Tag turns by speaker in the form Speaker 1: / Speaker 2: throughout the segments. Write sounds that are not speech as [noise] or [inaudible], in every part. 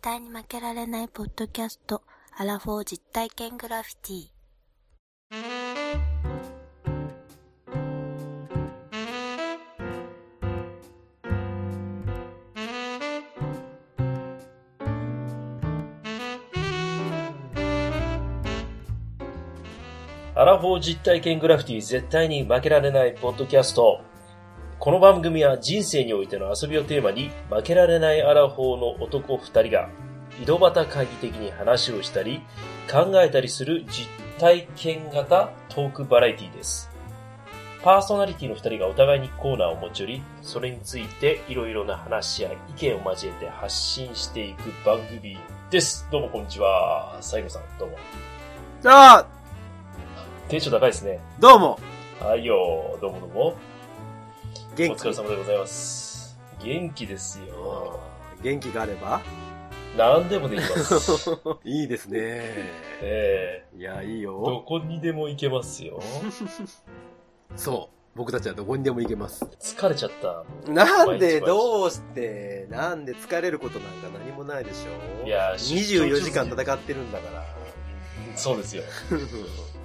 Speaker 1: 対に負けられないポッドキャスト、アラフォー実体験グラフィティ。
Speaker 2: アラフォー実体験グラフィティ絶対に負けられないポッドキャスト。この番組は人生においての遊びをテーマに負けられないアラフォーの男2人が井戸端会議的に話をしたり考えたりする実体験型トークバラエティです。パーソナリティの2人がお互いにコーナーを持ち寄り、それについていろいろな話や意見を交えて発信していく番組です。どうもこんにちは。西郷さん、どうも。
Speaker 3: じゃあ、
Speaker 2: テンション高いですね。
Speaker 3: どうも、
Speaker 2: はいよー、どうもどうも。お
Speaker 3: 元
Speaker 2: 疲れ
Speaker 3: 気、
Speaker 2: 様でございます。元気ですよ。
Speaker 3: 元気があれ [laughs] ば
Speaker 2: 何でもできます。
Speaker 3: [laughs] いいですね。
Speaker 2: え
Speaker 3: いや、い
Speaker 2: ー
Speaker 3: い
Speaker 2: ど
Speaker 3: よ。
Speaker 2: こにでも行けますよ。
Speaker 3: そう。僕たちはどこにでも行けます。
Speaker 2: 疲れちゃった。
Speaker 3: なんで、どうして、なんで疲れることなんか何もないでしょ
Speaker 2: いや
Speaker 3: 24時間戦ってるんだから。
Speaker 2: そうですよ。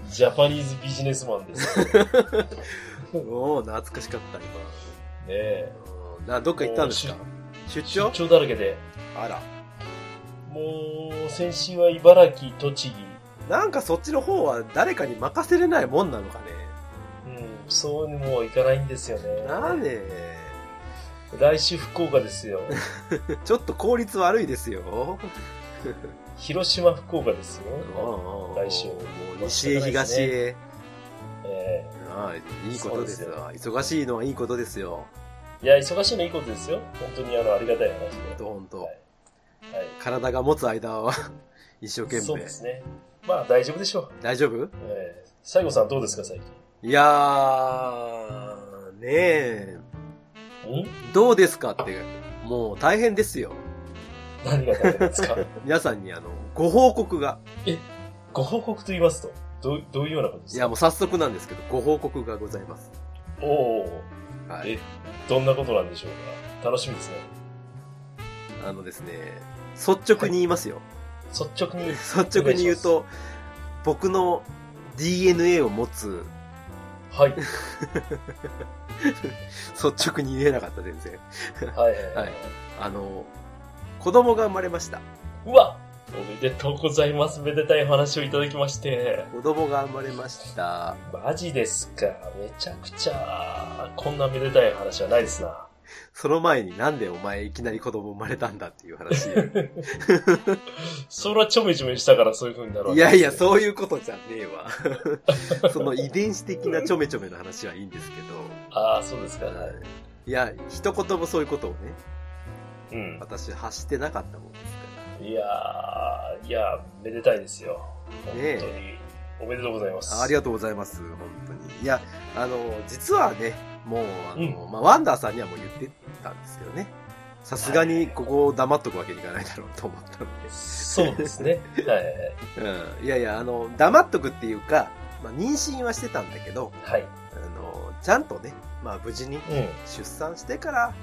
Speaker 2: ジャパニーズビジネスマンですよ。ね
Speaker 3: [laughs] おお懐かしかった、今
Speaker 2: え。
Speaker 3: うんな。どっか行ったんですか
Speaker 2: も
Speaker 3: 出
Speaker 2: 出
Speaker 3: 張
Speaker 2: 張だらけで。
Speaker 3: あら。
Speaker 2: もう、先週は茨城、栃木。
Speaker 3: なんかそっちの方は誰かに任せれないもんなのかね。
Speaker 2: うん、そうにも行かないんですよね。
Speaker 3: なんで、 [laughs]
Speaker 2: 来週福岡ですよ。
Speaker 3: ちょっと効率悪いですよ。
Speaker 2: 広島、福岡ですよ。来
Speaker 3: 来
Speaker 2: 週
Speaker 3: 西へ東へ、
Speaker 2: え
Speaker 3: ああいいことです
Speaker 2: そ
Speaker 3: よ忙しいのはいいことですよ
Speaker 2: えいや、忙しいのいいことですよ。本当にあの、ありがたい話で。
Speaker 3: 本当、
Speaker 2: はいはい。
Speaker 3: 体が持つ間は [laughs] 一生懸
Speaker 2: そう
Speaker 3: 命
Speaker 2: ですね。まあ大丈夫でしょう。
Speaker 3: 大丈夫
Speaker 2: えー、西郷さんどうですか、最
Speaker 3: いやーねえ
Speaker 2: 近。ん
Speaker 3: どうですかってもう大変ですよ
Speaker 2: 何が大変ですか [laughs]
Speaker 3: 皆さんにあのご報告が
Speaker 2: ご報告と言いますと、どうどういうようなことで
Speaker 3: い
Speaker 2: すか
Speaker 3: やもう早速なんですけどご報告がございます、
Speaker 2: おおう
Speaker 3: は
Speaker 2: え
Speaker 3: い、
Speaker 2: どんなことなんでしょうか。楽しみですね。
Speaker 3: あのですね率直に言いますよ、
Speaker 2: 率直に。
Speaker 3: 率直に言うと僕の DNA を持つ [laughs]
Speaker 2: はい。
Speaker 3: 率直に言えなかった全然
Speaker 2: はいはい、は
Speaker 3: はいい。あの子供が生まれました
Speaker 2: うわおめでとうございます。めでたいお話をいただきまして。
Speaker 3: 子供が生まれました
Speaker 2: マジですか。めちゃくちゃ、こんなめでたい話はないですな。
Speaker 3: その前になんでお前いきなり子供生まれたんだっていう話
Speaker 2: それはちょめちょめしたからそういう風になるわ
Speaker 3: い
Speaker 2: けです
Speaker 3: や
Speaker 2: ね
Speaker 3: いやそういうことじゃねえわ [laughs] その遺伝子的なちょめちょめの話はいいんですけ
Speaker 2: ああ、そうですか。
Speaker 3: ど、い、や一言もそういうことをね
Speaker 2: うん。
Speaker 3: 私発してなかったもんですか
Speaker 2: いやー、いやー、めでたいですよ。本
Speaker 3: ねえ
Speaker 2: 当に。おめでとうございます。
Speaker 3: らあり
Speaker 2: が
Speaker 3: がとうございます本当にいやあの実はねもうあの、まあ、ワンダーさんにはもう言ってたんですけどねさすがにここを黙っとくわけにいかないだろうと思ったので
Speaker 2: そうです
Speaker 3: [laughs]
Speaker 2: ね。はい
Speaker 3: うんいやいや、あの、黙っとくっていうか、まあ、妊娠はしてたんだけど、
Speaker 2: はい。はい。
Speaker 3: あの、ちゃんとね、まあ、無事に
Speaker 2: うん。
Speaker 3: 出産してから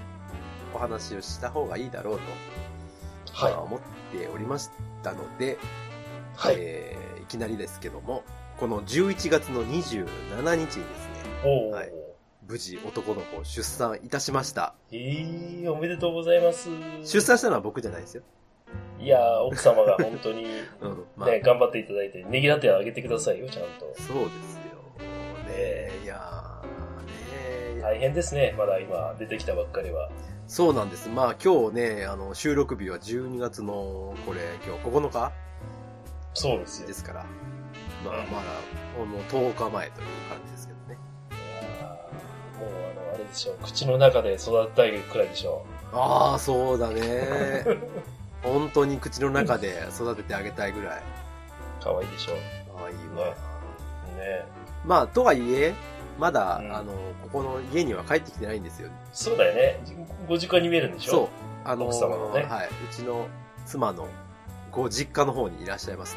Speaker 3: お話をした方がいいだろうと、
Speaker 2: はい
Speaker 3: まあ。思っておりましたので、
Speaker 2: はい。
Speaker 3: えーいきなりですけども、この11月の27日にですね、
Speaker 2: おー。
Speaker 3: はい無事男の子を出産いたしました。
Speaker 2: えー、おめでとうございます。
Speaker 3: 出産したのは僕じゃないですよ。
Speaker 2: いやー、奥様
Speaker 3: [laughs]
Speaker 2: が本当に、ね、
Speaker 3: うん。まあ、
Speaker 2: 頑張っていただいて、ねぎらってあげてくださいよ、ちゃんと。
Speaker 3: そうですよ。ねえ、いやー、ねえ、
Speaker 2: 大変ですね、まだ今、出てきたばっかりは。
Speaker 3: そうなんです。まあ今日ね、あの、収録日は12月の、これ、今日9日
Speaker 2: そうですよ
Speaker 3: で。すから、まあまだ、ほんの10日前という感じですけどね。
Speaker 2: いやーもう、あの、あれでしょう。口の中で育てたいくらいでしょ
Speaker 3: ああ、そうだね。
Speaker 2: [laughs]
Speaker 3: 本当に口の中で育ててあげたいぐらい。
Speaker 2: う。かわいいでしょう。
Speaker 3: ああ、いい
Speaker 2: ね
Speaker 3: わ。
Speaker 2: ね
Speaker 3: まあ、とはいえ、まだ、
Speaker 2: うん
Speaker 3: あの、ここの家には帰ってきてないんですよ。
Speaker 2: そうだよね。ご実家に見えるんでしょ
Speaker 3: そう。あの、
Speaker 2: 奥様のね
Speaker 3: はい。うちの妻のご実家の方にいらっしゃいます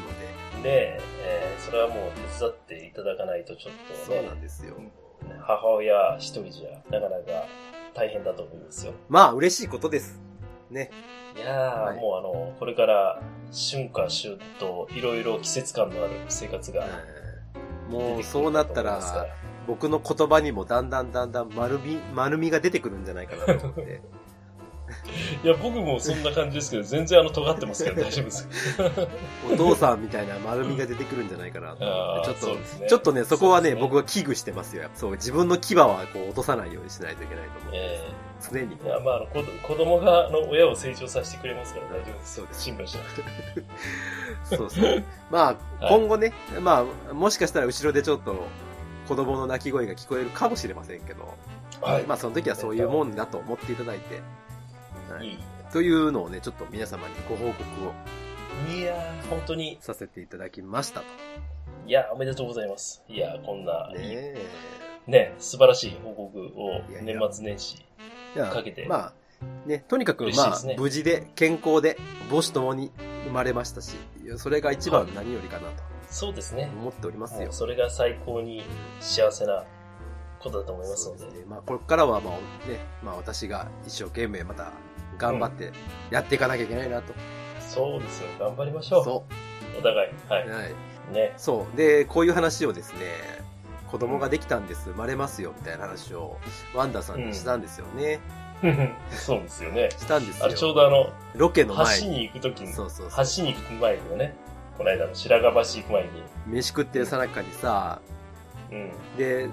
Speaker 2: ね
Speaker 3: ので、
Speaker 2: ええーそれはもう手伝っていただかないとちょっと
Speaker 3: そう
Speaker 2: ね
Speaker 3: な、んですよ。
Speaker 2: 母親一人じゃなかなか大変だと思いますよ。
Speaker 3: まあ、嬉しいことです。ね。
Speaker 2: いやー、
Speaker 3: はい
Speaker 2: もうあの、これから、春夏秋冬、いろいろ季節感のある生活が
Speaker 3: うん
Speaker 2: 出てくると思い
Speaker 3: も
Speaker 2: ま
Speaker 3: う
Speaker 2: す
Speaker 3: そうなった、
Speaker 2: から
Speaker 3: 僕の言葉にもだんだんだんだん丸み、丸みが出てくるんじゃないかなと
Speaker 2: [laughs]
Speaker 3: 思って。
Speaker 2: いや、僕もそんな感じですけど、全然あの、尖ってますけど大丈夫
Speaker 3: [laughs]
Speaker 2: です。
Speaker 3: お父さんみたいな丸みが出てくるんじゃないかなと思って。ちょっ
Speaker 2: と
Speaker 3: と、ちょっとね、そこはね、
Speaker 2: 僕
Speaker 3: 僕は危惧してますよ。そう、自分の牙はこう落とさないようにしないといけないと思うんで
Speaker 2: え
Speaker 3: す。常に
Speaker 2: え。いや、まあ、あの、子子供が、あの、親を成長させてくれますから大丈夫です。
Speaker 3: そうです
Speaker 2: 心配しなくて。
Speaker 3: そうそう。まあ、
Speaker 2: はい
Speaker 3: 今後ね、まあ、もしかしたら後ろでちょっと、子供の泣き声が聞こえるかもしれませんけど、
Speaker 2: はい。
Speaker 3: まあ、その時はそういうもんだと思っていただいて、はいい、
Speaker 2: い。
Speaker 3: というのをね、ちょっと皆様にご報告を
Speaker 2: いやー、本当に、
Speaker 3: させていただきましたと。
Speaker 2: いやー、おめでとうございます。いやー、こんな、いいね
Speaker 3: ねえ。
Speaker 2: 素晴らしい報告を
Speaker 3: いやい
Speaker 2: 年
Speaker 3: や
Speaker 2: 末年始。
Speaker 3: じゃあ
Speaker 2: かけて
Speaker 3: まあ、ね、とにかく、
Speaker 2: 嬉しいで
Speaker 3: ますあ、
Speaker 2: ね
Speaker 3: 無事で、健康で、母子ともに生まれましたし、それが一番何よりかなと
Speaker 2: そうですね。
Speaker 3: 思っております
Speaker 2: も
Speaker 3: よ
Speaker 2: う。それが最高に幸せなことだと思います
Speaker 3: そう
Speaker 2: の
Speaker 3: です
Speaker 2: で。
Speaker 3: ね。まあ、これからは、まあ、ね、まあ、私が一生懸命また、頑張ってやっていかなきゃいけないなと。
Speaker 2: そうですよ。頑張りましょう。
Speaker 3: そ
Speaker 2: お互い。は
Speaker 3: う。はい。
Speaker 2: い。ね。
Speaker 3: そう。で、こういう話をですね、子供ができたんです、生まれますよ、みたいな話を、ワンダさんにしたんですよね。
Speaker 2: そうですよね。 [laughs]
Speaker 3: したんです
Speaker 2: あれ、ちょう
Speaker 3: よ。
Speaker 2: どあの、
Speaker 3: ロケの前
Speaker 2: 橋
Speaker 3: に。
Speaker 2: に行くときに、
Speaker 3: そ
Speaker 2: 橋
Speaker 3: うそうそう。
Speaker 2: に行く前にね、この間の白髪橋行く前に、
Speaker 3: 飯食ってるさなかにさ、
Speaker 2: うん。
Speaker 3: で、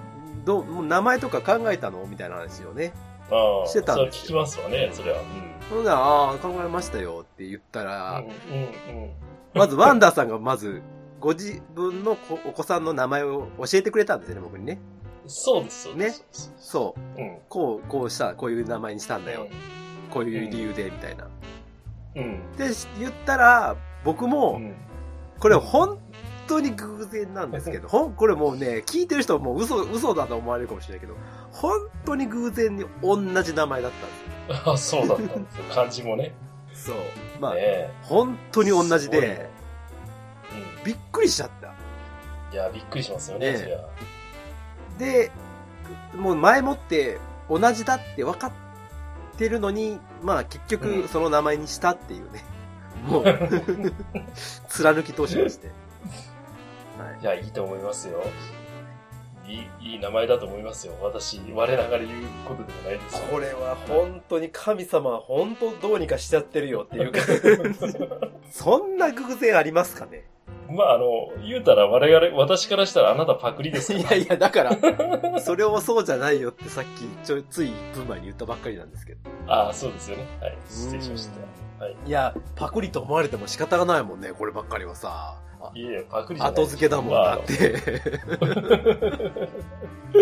Speaker 3: どう、もう名前とか考えたのみたいな話をね。
Speaker 2: ああ、
Speaker 3: してたんですよ
Speaker 2: それは聞きますわね、それは。
Speaker 3: そんなら、ああ、考えましたよって言った
Speaker 2: う
Speaker 3: ら、
Speaker 2: ん。うん、うん、
Speaker 3: まずワンダーさんがまず、ご自分のこお子さんの名前を教えてくれたんですよね、僕にね。
Speaker 2: うん。そうです、そうです。そうです
Speaker 3: そう。
Speaker 2: うん。
Speaker 3: こう、こうした、こういう名前にしたんだよ。こういう理由で、みたいな。
Speaker 2: うん。
Speaker 3: で、言ったら、僕
Speaker 2: う
Speaker 3: も、
Speaker 2: ん。
Speaker 3: これ本当に偶然なんですけど、ほん、これもうね、聞いてる人はもう嘘、嘘だと思われるかもしれないけど、本当に偶然に同じ名前だったん
Speaker 2: ああ、 [laughs] そうだったんですよ。漢字もね。
Speaker 3: ですよ。そう。まあ
Speaker 2: ね、え
Speaker 3: 本当に同じ
Speaker 2: すごい
Speaker 3: で
Speaker 2: ね、う
Speaker 3: びっくりしちゃった。
Speaker 2: ん。いや、びっくりしますよね、
Speaker 3: ねえ
Speaker 2: そりゃ。
Speaker 3: で、もう前もって同じだって分かってるのに、まあ結
Speaker 2: う
Speaker 3: 局
Speaker 2: ん
Speaker 3: その名前にしたっていうね、
Speaker 2: [laughs]
Speaker 3: もう、貫き通しまして。はい
Speaker 2: いや、いいと思いますよ。いい、いい名前だと思いますよ。私、我ながら言うことでもないです
Speaker 3: これは本当に神様は本当どうにかしちゃってるよっていうか、 [laughs] そんな偶然ありますかね
Speaker 2: まあ、あの、言うたら我々、私からしたらあなたパクリですから
Speaker 3: いやいや、だから、 [laughs] それをそうじゃないよってさっきちょいつい1分前に言ったばっかりなんですけど。
Speaker 2: ああ、そうですよね。はい。失礼しました。はい。
Speaker 3: いや、パクリと思われても仕方がないもんね、こればっかりはさ。あ
Speaker 2: いえいえ、パクリじゃない
Speaker 3: 後付けだもん
Speaker 2: まあ
Speaker 3: だって。 [laughs]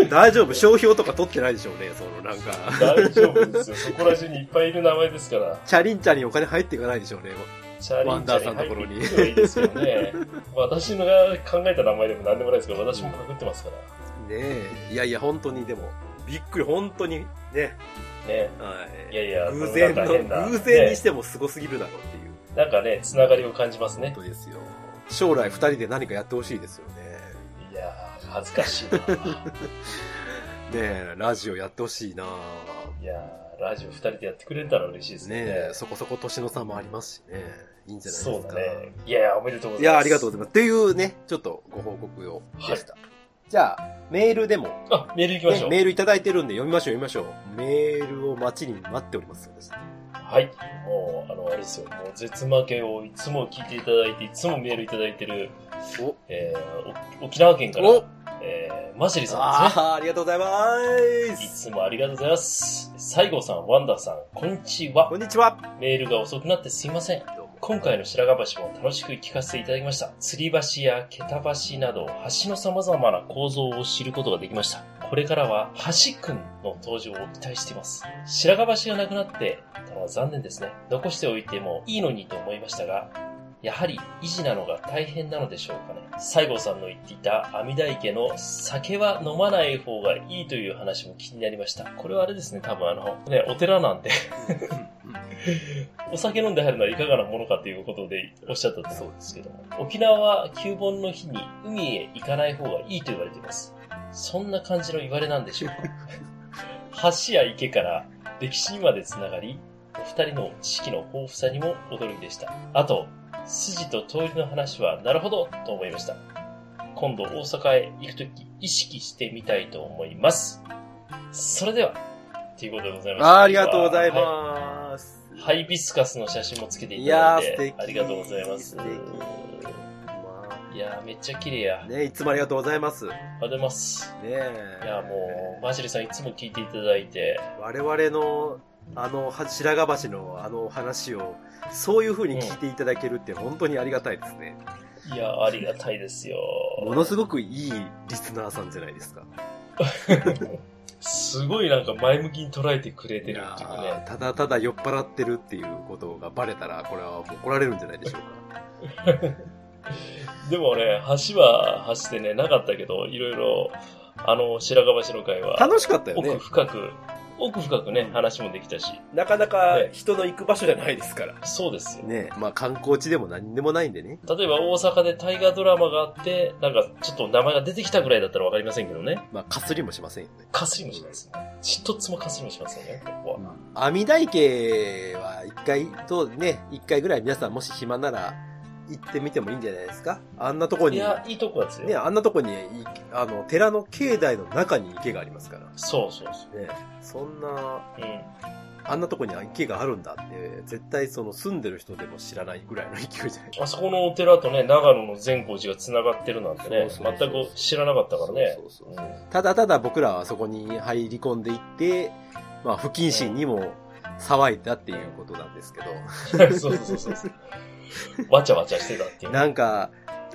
Speaker 3: 大丈夫商標とか取ってないでしょうね、そのなんか。
Speaker 2: 大丈夫ですよ。そこら中にいっぱいいる名前ですから。
Speaker 3: チャリンチャリンお金入っていかないでしょうね。
Speaker 2: チャ
Speaker 3: ワ
Speaker 2: リン
Speaker 3: ン
Speaker 2: チ
Speaker 3: ダ
Speaker 2: ャ
Speaker 3: ー
Speaker 2: リ
Speaker 3: さんのところ
Speaker 2: ン
Speaker 3: に
Speaker 2: 入っていいですよね。私のが考えた名前でも何でもないですけど、私もパクってますから。
Speaker 3: ねえ。いやいや、本当にでも、びっくり、本当にね。
Speaker 2: ね。
Speaker 3: はい
Speaker 2: やいや、
Speaker 3: 偶然
Speaker 2: なんか変な
Speaker 3: の、偶然にし
Speaker 2: ね
Speaker 3: てもすごすぎるだろうっていう。
Speaker 2: なんかね、つながりを感じます
Speaker 3: 本
Speaker 2: ね
Speaker 3: 当。ですよ。将来二人で何かやってほしいですよね。
Speaker 2: いやー、恥ずかしいな。
Speaker 3: ねえ、ラジオやってほしいない
Speaker 2: やー、ラジオ二人でやってくれたら嬉しいです
Speaker 3: ね
Speaker 2: ね。
Speaker 3: え、そこそこ年の差もありますしね。いいんじゃない
Speaker 2: そ
Speaker 3: で
Speaker 2: う
Speaker 3: す
Speaker 2: だ
Speaker 3: か。
Speaker 2: ね。いやいや、おめでとうござ
Speaker 3: い
Speaker 2: います。
Speaker 3: や、ありがとうご
Speaker 2: う
Speaker 3: ざいます。というね、ちょっとご報告をでした。じゃあ、メールでも、ね
Speaker 2: あ、メール行きましょう。
Speaker 3: メールいただいてるんで読みましょう、読みましょう。メールを待ちに待っております。
Speaker 2: はい。もう、あの、あれですよ。もう、絶負けをいつも聞いていただいて、いつもメールいただいてる、
Speaker 3: お、
Speaker 2: えー、お沖縄県から、
Speaker 3: お、
Speaker 2: えー、マシェリさん
Speaker 3: あ
Speaker 2: ですね。
Speaker 3: あ、ありがとうございま
Speaker 2: いつ
Speaker 3: す。
Speaker 2: もありがとうございます。西郷さん、ワンダーさん、こんにちは
Speaker 3: こん。にちは。
Speaker 2: メールが遅くなってすいません。
Speaker 3: どうも。
Speaker 2: 今回の白髪橋も楽しく聞かせていただきました。吊り橋や桁橋など、橋の様々な構造を知ることができました。これからは、橋くんの登場を期待しています。白髪橋がなくなってたのは残念ですね。残しておいてもいいのにと思いましたが、やはり維持なのが大変なのでしょうかね。西郷さんの言っていた阿弥陀池の酒は飲まない方がいいという話も気になりました。これはあれですね、多分あの、ね、お寺なんで
Speaker 3: [laughs]
Speaker 2: お酒飲んで入るのはいかがなものかということでおっしゃったと思うんですけども、沖縄は旧盆の日に海へ行かない方がいいと言われています。そんな感じの
Speaker 3: [laughs]
Speaker 2: 言われなんでしょうか橋や池から歴史にまでつながり、お二人の知識の豊富さにも驚きでした。あと、筋と通りの話はなるほどと思いました。今度大阪へ行くとき意識してみたいと思います。それでは、ということでございました。
Speaker 3: あーありがとうござい
Speaker 2: は
Speaker 3: ます。
Speaker 2: ハイビスカスの写真もつけてい
Speaker 3: い
Speaker 2: た
Speaker 3: や
Speaker 2: だ
Speaker 3: ー、
Speaker 2: い
Speaker 3: 素
Speaker 2: て
Speaker 3: 敵。、
Speaker 2: ありがとうございます
Speaker 3: 素。敵。ま
Speaker 2: いやー、めっちゃ綺麗や。
Speaker 3: あ、
Speaker 2: あり
Speaker 3: ねいつもありがとうございます。ね
Speaker 2: がとうございます。
Speaker 3: え。
Speaker 2: いやー、もう、マジリさんいつも聞いていただいて、
Speaker 3: 我々の、あの、は白髪橋のあの話を、そういう風に聞いていただけるって本当にありがたいですね。
Speaker 2: いやー、ありがたいです
Speaker 3: [laughs]
Speaker 2: よ。
Speaker 3: ものすごくいいリスナーさんじゃないですか。
Speaker 2: すごいなんか前向きに捉えてくれて
Speaker 3: い
Speaker 2: る
Speaker 3: や
Speaker 2: っていうか
Speaker 3: ー
Speaker 2: ね。
Speaker 3: ただただ酔っ払ってるっていうことがバレたら、これはもう怒られるんじゃないでしょうか。
Speaker 2: でもね、橋は橋でね、なかったけど、いろいろ、あの、白樺橋の会は、
Speaker 3: 楽しかったよ
Speaker 2: 奥
Speaker 3: ね。
Speaker 2: 深く、奥深くね、話もできたし、
Speaker 3: なかなか人の行く場所じゃないですから。
Speaker 2: そうですよ。
Speaker 3: ねまあ観光地でも何でもないんでね。
Speaker 2: 例えば大阪で大河ドラマがあって、なんかちょっと名前が出てきたぐらいだったらわかりませんけどね。
Speaker 3: まあかすりもしませんよね。
Speaker 2: かすりもしないですね。一つもかすりもしませんね、ここは。
Speaker 3: 阿弥陀池は一回とね、一回ぐらい皆さんもし暇なら行ってみてもいいんじゃないですかあんなとこ
Speaker 2: い
Speaker 3: に、
Speaker 2: や、いいとこですよ。
Speaker 3: ね、あんなとこに、いあの、寺の境内の中に池がありますから。
Speaker 2: そうそうそ
Speaker 3: ね、そんな、
Speaker 2: う。うん。
Speaker 3: あんなとこに池があるんだって、絶対その住んでる人でも知らないぐらいの勢いじゃない
Speaker 2: あそこのお寺とね、長野の善光寺が繋がってるなんてね、
Speaker 3: そうそうそう
Speaker 2: 全く知らなかったからね。
Speaker 3: そうそうそう
Speaker 2: うん
Speaker 3: ただただ僕らはそこに入り込んでいって、まあ不謹慎にも騒いだっていうことなんですけど。
Speaker 2: そうそうそうそう。わちゃわちゃしてたっていう。
Speaker 3: なんか、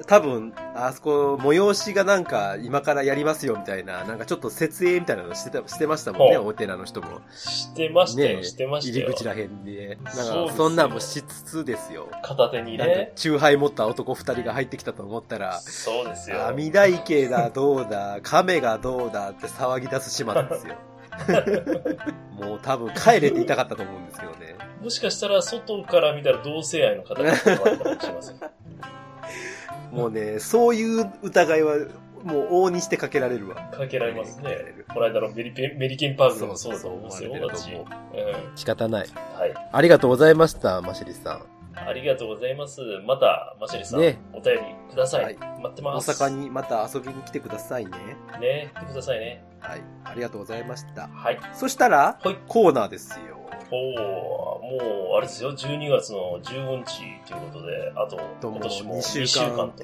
Speaker 3: 多分、あそこ、催しがなんか、今からやりますよみたいな、なんかちょっと設営みたいなのしてた、してましたもんね、
Speaker 2: ほう
Speaker 3: お寺の人も。
Speaker 2: してましたよ、
Speaker 3: ね
Speaker 2: してました
Speaker 3: 入り
Speaker 2: よ。
Speaker 3: 口らへんで。なん
Speaker 2: そうです
Speaker 3: か、
Speaker 2: よ
Speaker 3: そんなんもしつつですよ。
Speaker 2: 片手に
Speaker 3: なんか
Speaker 2: ね、。
Speaker 3: チューハイ持った男二人が入ってきたと思ったら、
Speaker 2: そうですよ。
Speaker 3: 阿弥陀池だ、どうだ、亀がどうだって騒ぎ出す始末で
Speaker 2: [laughs]
Speaker 3: すよ。もう多分帰れていたかったと思うんですけどね。
Speaker 2: もしかしたら、外から見たら同性愛の方が来てもらったかもしれません。
Speaker 3: もうね、そういう疑いは、もう往々にしてかけられるわ。
Speaker 2: かけられます
Speaker 3: かけ
Speaker 2: ね
Speaker 3: られる。
Speaker 2: この間のメリケンメリケンパークでもそうだと思うんですよ、
Speaker 3: そうそう
Speaker 2: 私。
Speaker 3: そう
Speaker 2: うん。
Speaker 3: 思
Speaker 2: は
Speaker 3: 仕方ない。
Speaker 2: い。
Speaker 3: ありがとうございました、マシリさん。
Speaker 2: ありがとうございます。また、マシェリさん、
Speaker 3: ね
Speaker 2: お便りください。
Speaker 3: はい
Speaker 2: 待って
Speaker 3: 大
Speaker 2: ます。
Speaker 3: 阪にまた遊びに来てくださいね。
Speaker 2: ね、来てくださいね。
Speaker 3: はい。ありがとうございました。
Speaker 2: はい。
Speaker 3: そしたら、
Speaker 2: はい
Speaker 3: コーナーですよ。
Speaker 2: おおもう、あれですよ、12月の15日ということで、あと、
Speaker 3: ど
Speaker 2: 今
Speaker 3: うも、
Speaker 2: 年も
Speaker 3: 2
Speaker 2: 2
Speaker 3: 週
Speaker 2: 週
Speaker 3: 間
Speaker 2: 間
Speaker 3: 程
Speaker 2: と。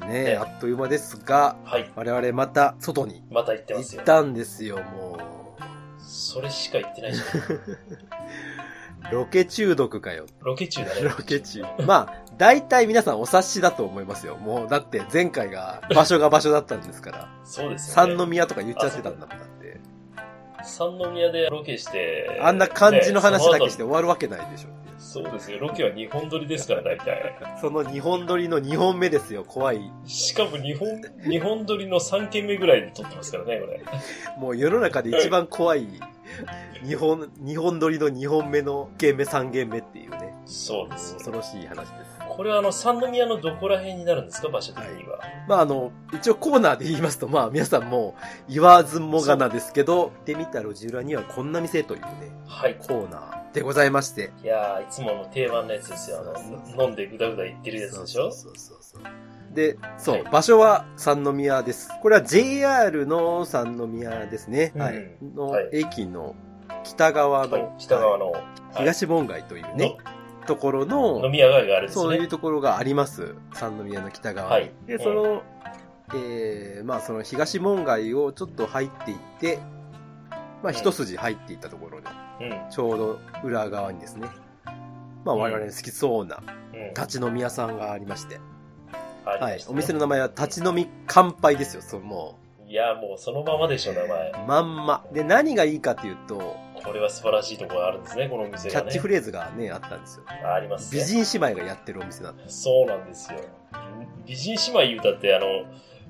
Speaker 3: 度。ね
Speaker 2: ね
Speaker 3: あっという間ですが、
Speaker 2: はい。
Speaker 3: 我々また外に
Speaker 2: また行って
Speaker 3: 行
Speaker 2: ますよ
Speaker 3: っ。たんですよ、も
Speaker 2: それしか行ってないじゃん。
Speaker 3: [laughs] う。ロケ中毒かよ。
Speaker 2: [laughs] ロケ中だね。
Speaker 3: ロケ中。まあ、大体皆さんお察しだと思いますよ。もう、だって前回が、場所が場所だったんで
Speaker 2: [laughs]
Speaker 3: すから。
Speaker 2: そうですよ、ね。
Speaker 3: 三宮とか言っちゃってたんだもんだって。
Speaker 2: 三宮でロケして、
Speaker 3: あんな感じの話だけして
Speaker 2: ね
Speaker 3: 終わるわけないでしょ。
Speaker 2: その後そうですよ、ロケは2本撮りですから、大体。
Speaker 3: その2本撮りの2本目ですよ、怖い。
Speaker 2: しかも2本、二本撮りの3件目ぐらいで撮ってますからね、これ。
Speaker 3: もう世の中で一番怖い、2本、二本撮りの2本目の1件目3件目っていうね、
Speaker 2: そうです。
Speaker 3: 恐ろしい話です。
Speaker 2: これはあの、三宮のどこら辺になるんですか、場所的には。
Speaker 3: まああの、一応コーナーで言いますと、まあ皆さんもう言わずもがなですけど、行ってみた路地裏にはこんな店というね、
Speaker 2: はい。
Speaker 3: コーナーでございまして。
Speaker 2: いやー、いつもの定番のやつですよ。
Speaker 3: そうそう
Speaker 2: あ
Speaker 3: そう
Speaker 2: の、飲んでぐだぐだ言ってるやつでしょ
Speaker 3: そうそうそうそうで、そう、
Speaker 2: はい
Speaker 3: 場所は三宮です。これは JR の三宮ですね。
Speaker 2: うん
Speaker 3: はい。の、
Speaker 2: はい
Speaker 3: 駅の北
Speaker 2: は
Speaker 3: 側
Speaker 2: い
Speaker 3: の、
Speaker 2: 北側の、
Speaker 3: の、東門街というね、ところ
Speaker 2: の
Speaker 3: の
Speaker 2: 飲、み屋街があるんですね。
Speaker 3: そういうところがあります。三宮の北側に。
Speaker 2: はい
Speaker 3: で、その、えー、まあその東門街をちょっと入っていって、ま
Speaker 2: ん
Speaker 3: あ一筋入っていったところで、
Speaker 2: うん。
Speaker 3: ちょうど裏側にですね、まあ我々の好きそうな
Speaker 2: うん。
Speaker 3: 立ち飲み屋さんがありまして、
Speaker 2: ありま
Speaker 3: はい
Speaker 2: し。た
Speaker 3: お
Speaker 2: ね
Speaker 3: 店の名前は立ち飲み乾杯ですよ、そのも
Speaker 2: いや、もうそのままでしょ、名前
Speaker 3: う。。まんま。で、何がいいかっていうと、
Speaker 2: これは素晴らしいところがあるんですね、このお店
Speaker 3: キ
Speaker 2: がね。
Speaker 3: ャッチフレーズがね、あったんですよ。
Speaker 2: ああります
Speaker 3: 美
Speaker 2: ね。
Speaker 3: 人姉妹がやってるお店なんで
Speaker 2: そうなんですよ。美人姉妹言うたって、あの、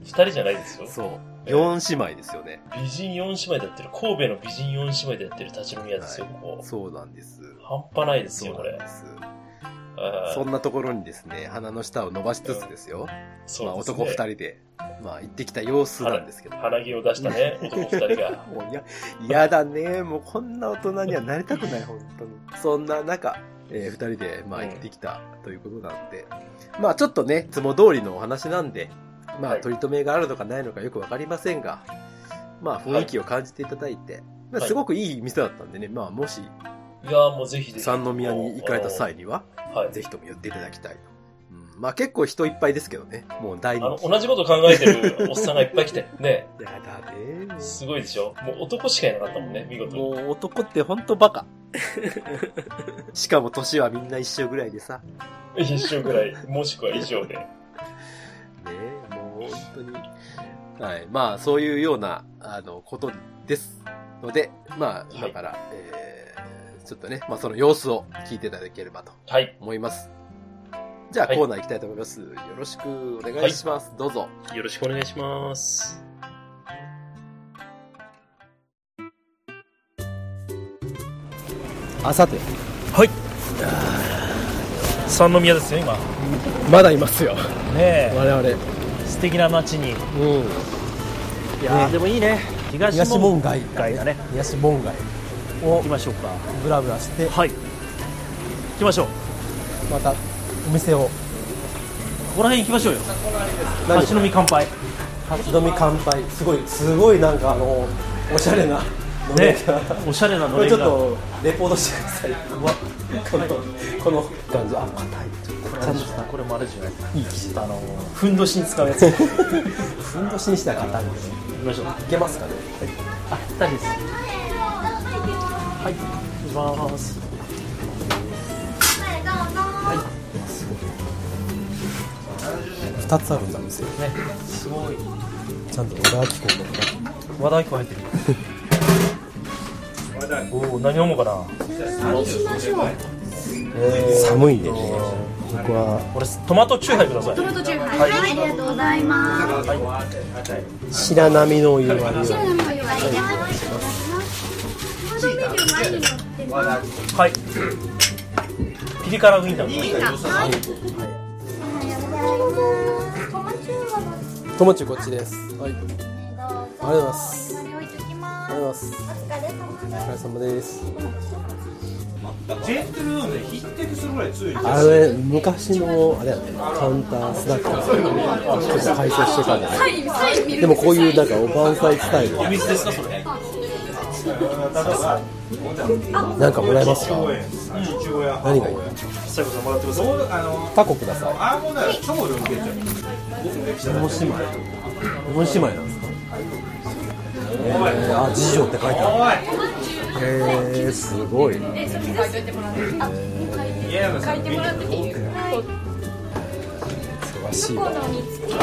Speaker 2: 二人じゃないですよ。
Speaker 3: す。そう。四姉妹ですよね。
Speaker 2: 美人四姉妹でやってる、神戸の美人四姉妹でやってる立ち飲み屋ですよ、ここ。
Speaker 3: そうなんです。
Speaker 2: 半端ないです
Speaker 3: そ
Speaker 2: よ、こ
Speaker 3: うな
Speaker 2: れ
Speaker 3: んで。す。
Speaker 4: あ
Speaker 3: そんなところにですね、鼻の下を伸ばしつつですよ。
Speaker 4: そ
Speaker 3: まあ、男二人で、まあ、行ってきた様子なんですけど。
Speaker 4: 鼻毛を出し
Speaker 3: [laughs]
Speaker 4: たね、男二人が。
Speaker 3: もういや、嫌だね。もうこんな大人にはなりたくない、本当に。そんな中、えー二人で、まあ、
Speaker 4: うん
Speaker 3: 行ってきたということなんで。まあ、ちょっとね、いつも通りのお話なんで、まあ、
Speaker 4: はい
Speaker 3: 取り留めがあるのかないのかよくわかりませんが、まあ、雰囲気を感じていただいて、まあ、
Speaker 4: はい
Speaker 3: すごくいい店だったんでね、まあ、もし、
Speaker 4: いやーもうぜひぜひ。
Speaker 3: 三宮に行かれた際には、
Speaker 4: はい。
Speaker 3: ぜひとも言っていただきたい。うん、まあ結構人いっぱいですけどね。もう大
Speaker 4: あ
Speaker 3: 人
Speaker 4: の、
Speaker 3: 気。
Speaker 4: 同じこと考えてるおっさんがいっぱい来て、ね。
Speaker 3: やだね。
Speaker 4: すごいでしょもう男しかいなかったもんね、見事に。
Speaker 3: もう男ってほんとバ
Speaker 4: [laughs]
Speaker 3: カ。しかも年はみんな一緒ぐらいでさ。ね
Speaker 4: 一緒ぐらい、もしくは以上で。
Speaker 3: え、もう本当に。はい。まあそういうような、あの、ことです。ので、まあ今から、えー、ちょっとね、まあその様子を聞いていただければと
Speaker 4: はい。
Speaker 3: 思います。じゃあ
Speaker 4: はい
Speaker 3: コーナー行きたいと思います。よろしくお願いします。どうぞ。
Speaker 4: よろしくお願いします。
Speaker 3: あさて、
Speaker 4: 三宮ですよ、今。
Speaker 3: まだいますよ。
Speaker 4: ね
Speaker 3: 我々。
Speaker 4: え、素敵な街に。
Speaker 3: うん。
Speaker 4: いやーでもいいね。東門街だね。
Speaker 5: 東門街
Speaker 4: 行きましょうか。
Speaker 5: ブラブラして
Speaker 4: はい。行きましょう。
Speaker 5: またお店を
Speaker 4: ここら辺行きましょうよ。
Speaker 5: 何
Speaker 4: 立ち飲み乾杯。
Speaker 5: 立ち飲み乾杯すごいすごいなんかあのおしゃれな飲み
Speaker 4: ね
Speaker 5: 会
Speaker 4: おしゃれな
Speaker 5: こ
Speaker 4: の
Speaker 5: れ
Speaker 4: れん
Speaker 5: ち
Speaker 4: が。
Speaker 5: ょっとレポートしてくださいこのこの感じあ硬いちょっと
Speaker 4: これあれじゃないこれもあれじゃない
Speaker 5: いい生地だ
Speaker 4: あのふんどしに使うやつ行
Speaker 5: ふんどしにしたら硬いんで
Speaker 4: きましょう
Speaker 5: いけますかね
Speaker 4: あぴったりですはい行きます
Speaker 5: 2つあるんだ店ね
Speaker 4: すごい
Speaker 5: ちゃんと小田明子の
Speaker 4: 和田アキ子入ってるおお何飲もうかな
Speaker 5: 寒いんでね僕は
Speaker 4: 俺トマトチューハイください
Speaker 6: トマトチューハイ、はい、ありがとうございます。
Speaker 5: 白波のお湯割りを
Speaker 6: ありがとうございます。ハードメニュー前に乗ってます。
Speaker 4: はいピリ辛ウインナー
Speaker 6: はい。トマトチューハイ
Speaker 5: 友中こっちですはいありがとう
Speaker 6: は
Speaker 5: ございます
Speaker 6: どうぞ。置いときま
Speaker 5: ご
Speaker 6: す。
Speaker 5: ざいます
Speaker 6: お疲れ様です。
Speaker 5: お疲れ様です
Speaker 7: ジェントルーンで匹敵するぐらい強い
Speaker 5: あれ昔のあれやねカウンタースナックのちょっと改装してたんじゃないでもこういうなんかおばんさいスタイル
Speaker 4: お水ですかそれ
Speaker 5: なんかもらえますか
Speaker 7: いちごや
Speaker 5: 何がいい
Speaker 4: 最後さんもらってください
Speaker 7: どうあの
Speaker 5: タコください
Speaker 7: アーモンドは超量減じゃん
Speaker 5: も姉妹も姉妹なんですかえー、あ次女って書いてあるへえー、すごい忙しいわあ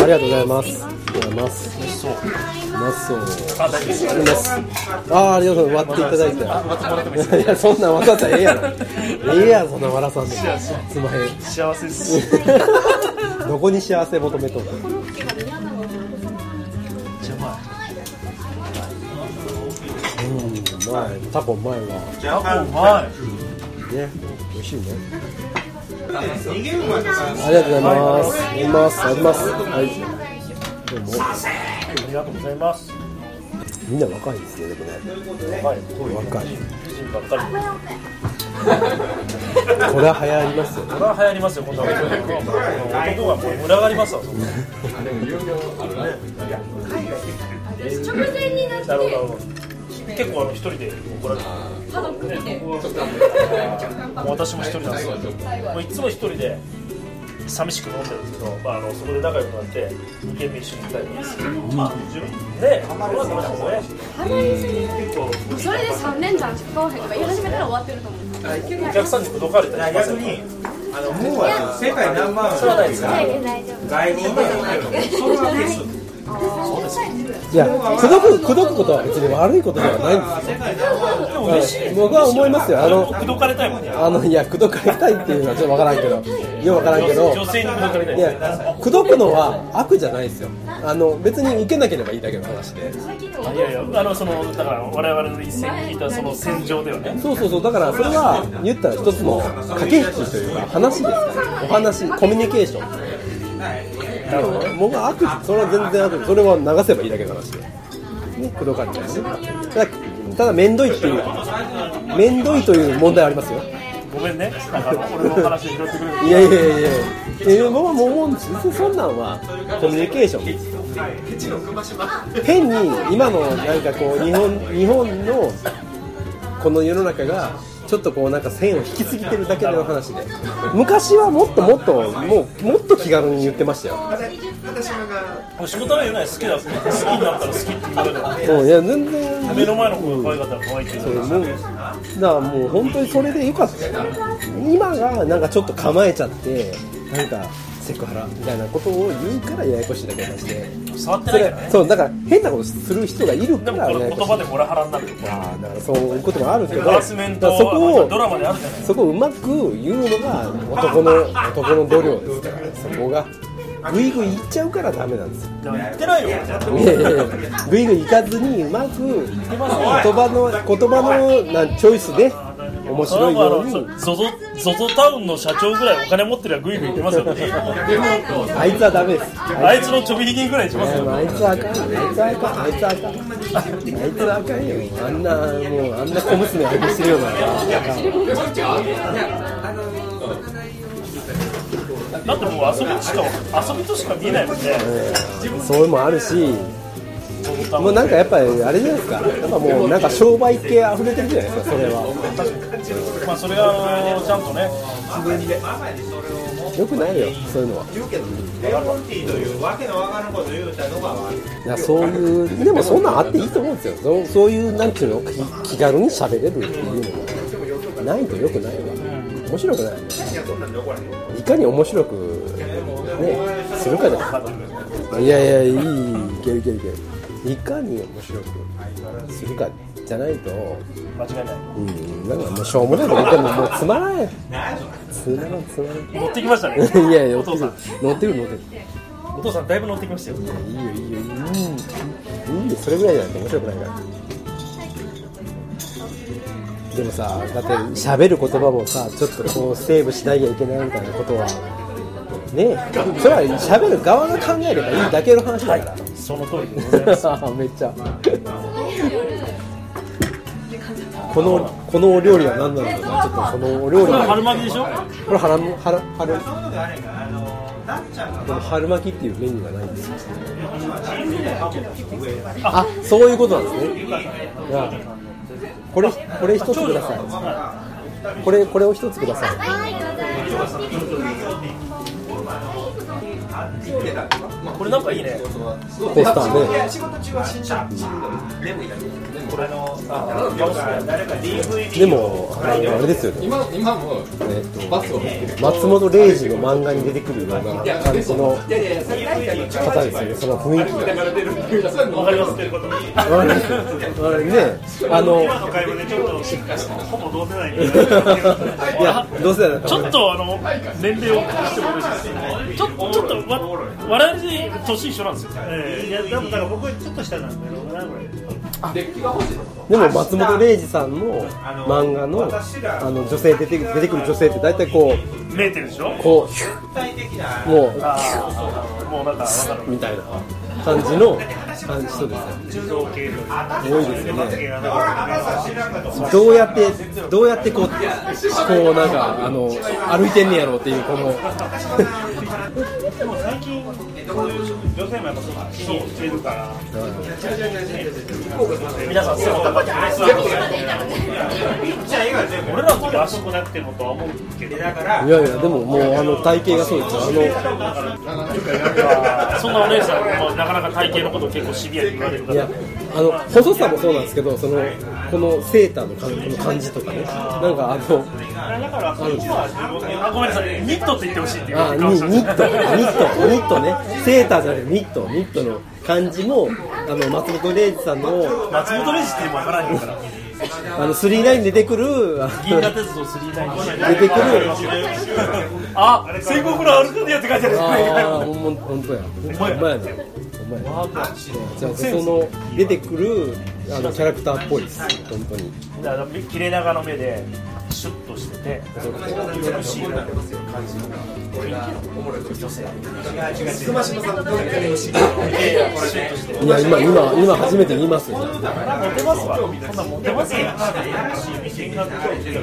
Speaker 5: りがとうございますありがとうございますうまそう
Speaker 4: あ大丈夫です
Speaker 5: あーありがとう割っていただいていやそんなん渡ったらええやろええやろそんなん渡さんでつまへ
Speaker 4: 幸せです
Speaker 5: んどこに幸せ求めとんのうんうまいタコうまいわ
Speaker 4: やっぱうま
Speaker 5: ね美味しいね
Speaker 7: 逃げる前とか
Speaker 5: ありがとうございますありますありますはいでも
Speaker 4: いありがとうございます
Speaker 5: みんな若いですねでもね
Speaker 4: はい
Speaker 5: 若い
Speaker 4: 美人ばっかり
Speaker 5: これは流行りますよね
Speaker 4: これは流行りますよこんなこと男がもう群がりますわそんな
Speaker 6: 直前になって
Speaker 4: なるほどなるほど結構あの一人で怒られてる、ね、僕はもう私も一人なんですよもういつも一人で寂しく飲んでるんですけど、まあ、あのそこで仲良くなって2軒目一緒に行きたいと思いますけど、まあ自分ねあんまり結構
Speaker 8: それで3連弾しか買わへんとか言い始めたら終わってると思う
Speaker 4: お客さんに口説かれたりしま
Speaker 7: 逆
Speaker 4: すよ
Speaker 7: にあのもうは世界ナンバーワン
Speaker 4: それはないです
Speaker 6: 大丈夫大丈夫。
Speaker 7: 外人が入るそれはベスト
Speaker 5: いや口説く口説くことは別に悪いことではないんですよ
Speaker 7: 世界ナンバーワン
Speaker 4: でも
Speaker 3: も嬉しいですよ
Speaker 5: 僕は思いますよあの
Speaker 4: 口説かれたいもんね。
Speaker 5: あのいや口説かれたいっていうのはちょっとわからんけどようわからんけど
Speaker 4: 女性に口説かれたい。
Speaker 5: いや口説くのは悪じゃないですよあの別に受けなければいいだけの話で
Speaker 4: いやいや、あの、その、だから、我々の一戦聞いた、その戦場ではね。
Speaker 5: そうそうそうだからそれは言ったら一つの駆け引きというか話ですからお話コミュニケーションなるほど僕は悪それは全然悪それは流せばいいだけの話で、ね、口説かれちゃうねただただ面倒いっていう面倒いという問題はありますよ
Speaker 4: ごめんね。なんか、俺の話拾ってくれる。
Speaker 5: いやいやいやいやっていうのはもう思うんです別にそんなんはコミュニケーションです変に今のなんかこう日本日本のこの世の中がちょっとこうなんか線を引きすぎてるだけの話で昔はもっともっともうもっと気軽に言ってましたよ
Speaker 4: もう仕事は言えない、好きだ、好きになったら好きって言われたら。
Speaker 5: うんいや全然
Speaker 4: 目の前の子が可愛かったら可愛いって
Speaker 5: そ
Speaker 4: 言
Speaker 5: う
Speaker 4: う
Speaker 5: もうだからもう本当にそれでよかったよ今がなんかちょっと構えちゃってなんかセクハラみたいなことを言うからややこしいだけだして
Speaker 4: 触ってないか
Speaker 5: それ
Speaker 4: らね。
Speaker 5: そうだから変なことする人がいる
Speaker 4: で
Speaker 5: か
Speaker 4: も
Speaker 5: ら
Speaker 4: こ
Speaker 5: や
Speaker 4: れ
Speaker 5: や
Speaker 4: 言
Speaker 5: こしい
Speaker 4: 葉でモラハラになるとか、
Speaker 5: ああだからそういうこともあるけど
Speaker 4: ハラスメント
Speaker 5: だから
Speaker 4: はド
Speaker 5: そこ
Speaker 4: ラマ
Speaker 5: を
Speaker 4: であるじゃない
Speaker 5: そこをうまく言うのが男の男の度量ですからそこがグイグイいっちゃうからダメなんですよ
Speaker 4: だから言ってないよ、俺じゃあ
Speaker 5: いやいやいやグイグイいかずにうまく言葉の言葉のなんチョイスで面
Speaker 4: それは
Speaker 5: 白いよう
Speaker 4: もうあ
Speaker 5: に
Speaker 4: のゾゾゾゾタウンの社長ぐらいお金持ってりゃグイグイ行きますよね
Speaker 5: あいつはダメです
Speaker 4: あいつのちょびひげぐらいしますよ、
Speaker 5: あいつはあかんあいつはあかんあいつはあかんあいつはあかんよあんなもうあんな小娘相手してるような
Speaker 4: だってもう遊びとしか遊びとしか見えないもんね、
Speaker 5: それもあるしもうなんかやっぱりあれじゃないですかやっぱもうなんか商売系溢れてるじゃないですかそれは
Speaker 4: まあ、それがあのちゃんとね
Speaker 5: よくないよそういうのは
Speaker 3: レモンティーというわけのわからんこと言うたのが悪い
Speaker 5: いやそういうでもそんなんあっていいと思うんですよそそういうなんていうの気気軽に喋れるっていうのがないとよくないわ面白くないいかに面白くねするかじゃないいやいやいいいけるいけるいけるいかに面白くするかじゃないと
Speaker 4: 間違いない
Speaker 5: うん、なんかもうしょうもないこと言ってももうつまらない。つまらんつま
Speaker 4: 乗ってきましたね
Speaker 5: らん。いやいや、
Speaker 4: お父さん
Speaker 5: 乗ってる乗ってる。
Speaker 4: お父さんだいぶ乗ってきましたよ
Speaker 5: いいよいいよいいよ。うんいいよ、それぐらいじゃないと面白くないから。でもさ、だって喋る言葉もさ、ちょっとこうセーブしなきゃいけないみたいなことは、ねえそれは喋る側が考えればいいだけの話だから。
Speaker 4: その通りでございます
Speaker 5: [laughs] めっちゃ。このこのお料理は何なんだろうな。ちょっとこのお料理
Speaker 4: これ
Speaker 5: は
Speaker 4: 春巻きでしょ
Speaker 5: これ春む春春
Speaker 3: そういうことあれかあのなっちゃんが
Speaker 5: この春巻きっていうメニューがないんですよ。
Speaker 3: 上
Speaker 5: あ、そういうことなんですね。あこれこれ一つください。これこれを一つください。
Speaker 4: これなんかいいね
Speaker 5: ポスターね。
Speaker 4: これのあの顔して
Speaker 3: 誰か DVD
Speaker 5: でもあのあれですよね。
Speaker 9: 今今も
Speaker 5: えっと
Speaker 9: バスを見てる
Speaker 5: 松本零士の漫画に出てくるような感じの
Speaker 9: いやいやそれ大体の
Speaker 5: 方ですよね。その雰囲気
Speaker 9: 流れてるっていうそれ
Speaker 4: わかりますってこと
Speaker 5: が。わかりますあれね、あの。
Speaker 3: 今の会話でちょっとほぼ同世代に
Speaker 5: いや、どうせだ
Speaker 4: ちょっとあの年齢を隠してもよろしいですかちょちょっとわ我々で年一緒なんですよ
Speaker 3: いやでもだから僕ちょっと下なんだよなこれ
Speaker 5: でも松本零士さんの漫画のあの女性出て出てくる女性って大体こう
Speaker 4: メーテルでしょ
Speaker 5: こうヒュ
Speaker 3: 具体的な
Speaker 5: ッもう
Speaker 4: もうなんかわかる
Speaker 5: みたいな感じの感じ人ですよ
Speaker 4: 造形というか
Speaker 5: 多いですよね
Speaker 3: ほらあなた知らんかと
Speaker 5: どうやってどうやってこうこうなんかあの歩いてんねやろうっていうこの
Speaker 3: でも最近こういう女性もやっぱそう気にしてるから
Speaker 4: 皆さん背も高くてね
Speaker 3: ピッチャー以外全部
Speaker 4: 俺らの時はあそこなくてもとは思うけど
Speaker 3: だから
Speaker 5: いやいやでももうあの体型がそうですよ
Speaker 4: [laughs] そんなお姉さんもなかなか体型のことを結構シビアに言われる
Speaker 5: あ
Speaker 4: か
Speaker 5: のいや
Speaker 4: ら
Speaker 5: あの細さもそうなんですけどそのこのセーターの感この感じとかねなんかあの
Speaker 3: だからそこは自分で
Speaker 4: あごめんなさいニットって言ってほしいっていう
Speaker 5: あに
Speaker 4: 顔
Speaker 5: ニ
Speaker 4: してまし
Speaker 5: ット、
Speaker 4: た
Speaker 5: ニット、ニットね、セーターじゃなくてニット、ニットの感じも、あの松本零士さんの、
Speaker 4: 松本零士って今わからんから
Speaker 5: あの、スリーライン出てくる、あ
Speaker 4: 銀
Speaker 5: の
Speaker 4: 河鉄道3
Speaker 5: 出てくる、
Speaker 4: あ戦国の歩くでやって書いてある
Speaker 5: ああ、ほんま、ほんとや。ほんまやな。ほんまやな。じゃあ、その、出てくる、あの、キャラクターっぽいです。本当に。
Speaker 4: だから切れ長の目でシュッとしてて美しい
Speaker 5: いや、今、今、今初めて言いますよ。
Speaker 4: モテますわそんなモテますよ銀河鉄道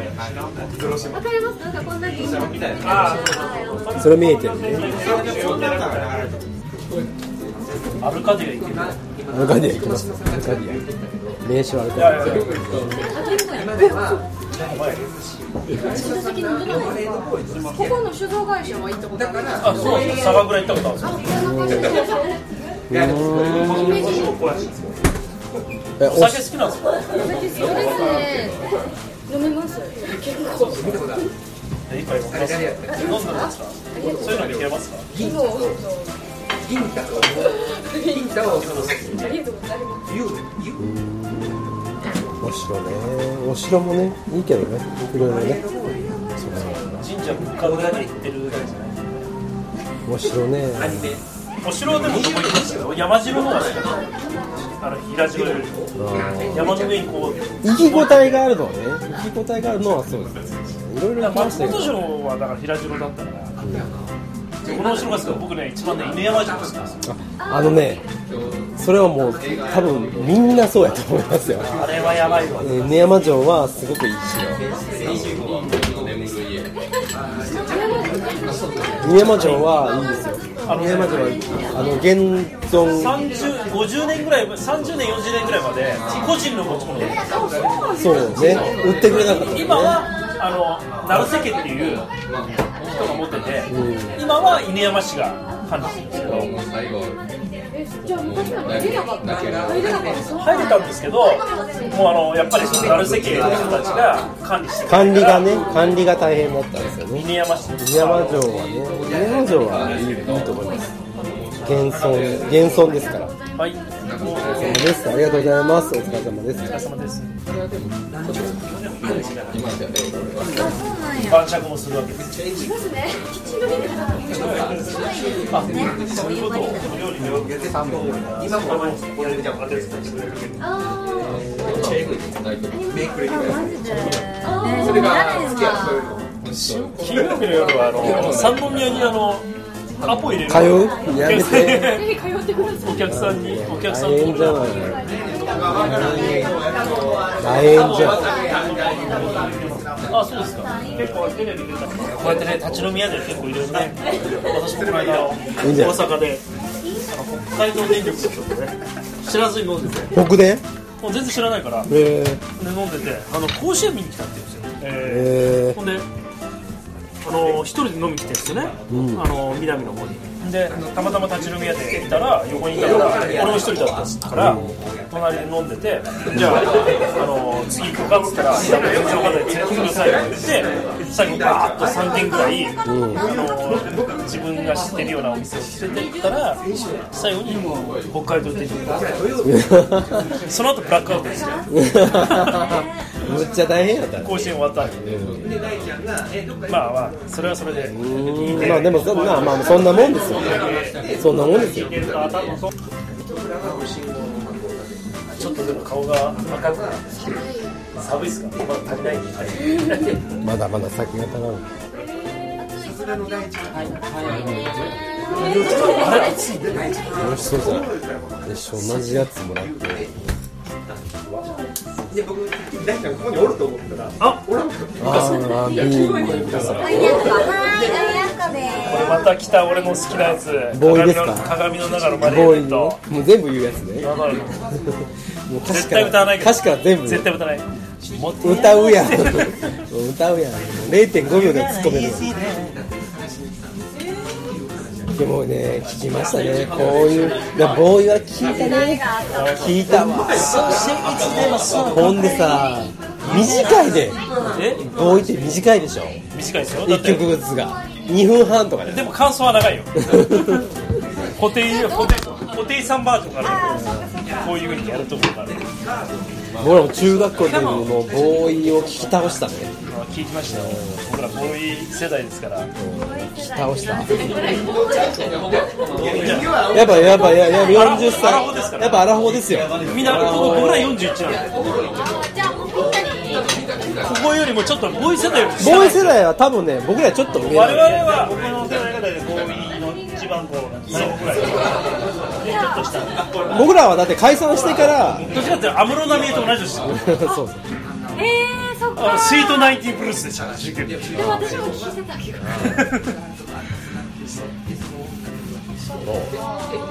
Speaker 10: わかりますなんかこんなにみたい
Speaker 5: それ見えてるね。
Speaker 4: アルカディア行ける
Speaker 5: アルカディア行きます。アルカディア。名刺はアルカディア。
Speaker 10: ここの酒造会社は行ったことある
Speaker 4: あそうです酒蔵行ったことあるんです [laughs] よ
Speaker 5: え、
Speaker 4: お
Speaker 5: お
Speaker 4: 酒好きなんですか
Speaker 10: それがね飲めます
Speaker 4: 一杯飲みます飲んでますかそういうの見けますか
Speaker 5: お城ね。お城もね、いいけどね。いろいろね。
Speaker 4: 神社仏閣に行ってるわけじゃない
Speaker 5: お城ね。
Speaker 4: お城はでもどこ行きますけど山城の方が好きあの平城より山の上にこう
Speaker 5: 生き応えがあるのはね。生き応えがあるのはそうです。いろいろ行きま
Speaker 4: 松
Speaker 5: した
Speaker 4: 本
Speaker 5: けど。
Speaker 4: 城はだから平城だったからこのお城が好きだ僕ね一番ね犬山城が好きなんですよ
Speaker 5: あのね、それはもう、多分、みんなそうやと思いますよ。
Speaker 4: あれはやばいわ
Speaker 5: えー根山城はすごくいい城。根山城はいいですよ。根山城は、あの、現存、
Speaker 4: 30 50年ぐらい30年40年ぐらいまで個人の持ち物だった
Speaker 5: そうね、売ってくれなかった、ね。
Speaker 4: 今はあの成瀬家っていう人が持ってて、今は犬山市が管理してるんですけど
Speaker 10: えじゃあ昔から出なかった入れなかったそう
Speaker 4: 入れたんですけどもうあのやっぱりその成瀬家の人たちが管理してる
Speaker 5: 管理がね、管理が大変だったんですよね。
Speaker 4: 犬山市
Speaker 5: 根山城はね、根山城はいいいいと思います。現存、現存ですから。
Speaker 4: はいもうお疲
Speaker 5: です。ありがとうございます。お疲れ様です。
Speaker 4: れ様です
Speaker 10: なんや
Speaker 4: 晩酌もするわけです
Speaker 10: ますね口の中が
Speaker 4: あそういうことをこの料理の今もこれじゃあ待ってる
Speaker 11: あ
Speaker 12: マジで。
Speaker 10: ー
Speaker 12: それが、
Speaker 4: 金曜日の夜はあの三宮にあのアポ入れる
Speaker 5: 通うやめて。
Speaker 10: ぜひ通ってください
Speaker 4: お客さんにお客さん
Speaker 5: 大
Speaker 4: の
Speaker 5: 変じゃない大変じゃ
Speaker 4: あそうですか結構テレビ出たこうやってね立ち飲み屋で結構いろいろね私もこの間大
Speaker 5: いいんじゃない
Speaker 4: 阪であの北海道電力の人とね知らずに飲んでて
Speaker 5: 僕で
Speaker 4: もう全然知らないからで
Speaker 5: え
Speaker 4: 飲んでてあの甲子園見に来たって言うんですよ、
Speaker 5: ー、
Speaker 4: え
Speaker 5: え
Speaker 4: ーほんであの一人で飲みに来てるんですよね、あの南の方にでたまたま立ち飲み屋でいたら横にいたから俺も一人だったんですから、隣で飲んでてじゃああの次行くかっつったら「やっぱ四条まで連れてください」って言って最後バーッと3軒ぐらい、あの自分が知ってるようなお店を連れてったら最後に北海道電力がその後ブラックアウトですよ
Speaker 5: ー、むっちゃ大変やったね
Speaker 4: 甲子園終わった後にまあまあそれはそれで
Speaker 5: うんまあでもそんな、まあ、そんなもんですよそんなもんですよ
Speaker 4: ちょっとでも顔が赤くなる寒いっすかまだ足りない
Speaker 5: まだまだ先が長い美味しそうじゃない一緒同じやつもらってああーいい
Speaker 4: これまた来た俺の好きなやつ
Speaker 5: ボーイですか
Speaker 4: 鏡の鏡の中のマリ
Speaker 5: ボ
Speaker 4: エ
Speaker 5: ーイ
Speaker 4: ッ
Speaker 5: ね
Speaker 4: ト
Speaker 5: もう全部言うやつね
Speaker 4: マリエット
Speaker 5: [laughs] もう歌詞
Speaker 4: 絶
Speaker 5: か
Speaker 4: 対歌わな
Speaker 5: ら
Speaker 4: いけど
Speaker 5: 歌詞から全部
Speaker 4: 絶対歌わない
Speaker 5: 歌うやん歌うやん0.5秒で突っ込めるでもね聞きましたねこういういやボーイは聞いたね聞いたわほんでさ短いで
Speaker 4: え
Speaker 5: ボーイって短いでしょ
Speaker 4: 短いですよだっ
Speaker 5: 1
Speaker 4: て
Speaker 5: 曲ずつが2分半とかで [laughs]
Speaker 4: でも感想は長いよ固定固定固定さんバージョンがある
Speaker 10: ああ、そっかそっか。
Speaker 4: こういうふうにやるとこがある
Speaker 3: 僕らも中学校の時にもうボーイを聞き倒したね
Speaker 4: あ聞きましたよ僕らボーイ世代ですから
Speaker 3: 聞き倒したやっぱやっぱやっぱ40
Speaker 4: アラフォーで
Speaker 3: 歳
Speaker 4: すから
Speaker 3: やっぱアラフォーですよ
Speaker 4: みんな僕僕ら41なんで
Speaker 10: じゃあもうぴったり。
Speaker 4: ここよりもちょっとボーイ世代より下
Speaker 3: ボーイ世代は多分ね僕らちょっと上
Speaker 4: 我
Speaker 3: なん
Speaker 4: 々
Speaker 3: で
Speaker 4: は
Speaker 13: 僕の世代方でボーイの一番こう、最後くらい。で、ちょっとした。
Speaker 3: 僕らはだって解散してから
Speaker 4: どっちかっていうと安室奈美恵と同じです
Speaker 3: そうそう
Speaker 10: ええー、そっ
Speaker 4: あの
Speaker 10: か。
Speaker 4: スイートナインティブルースでした
Speaker 10: でも私も聞いてたけど。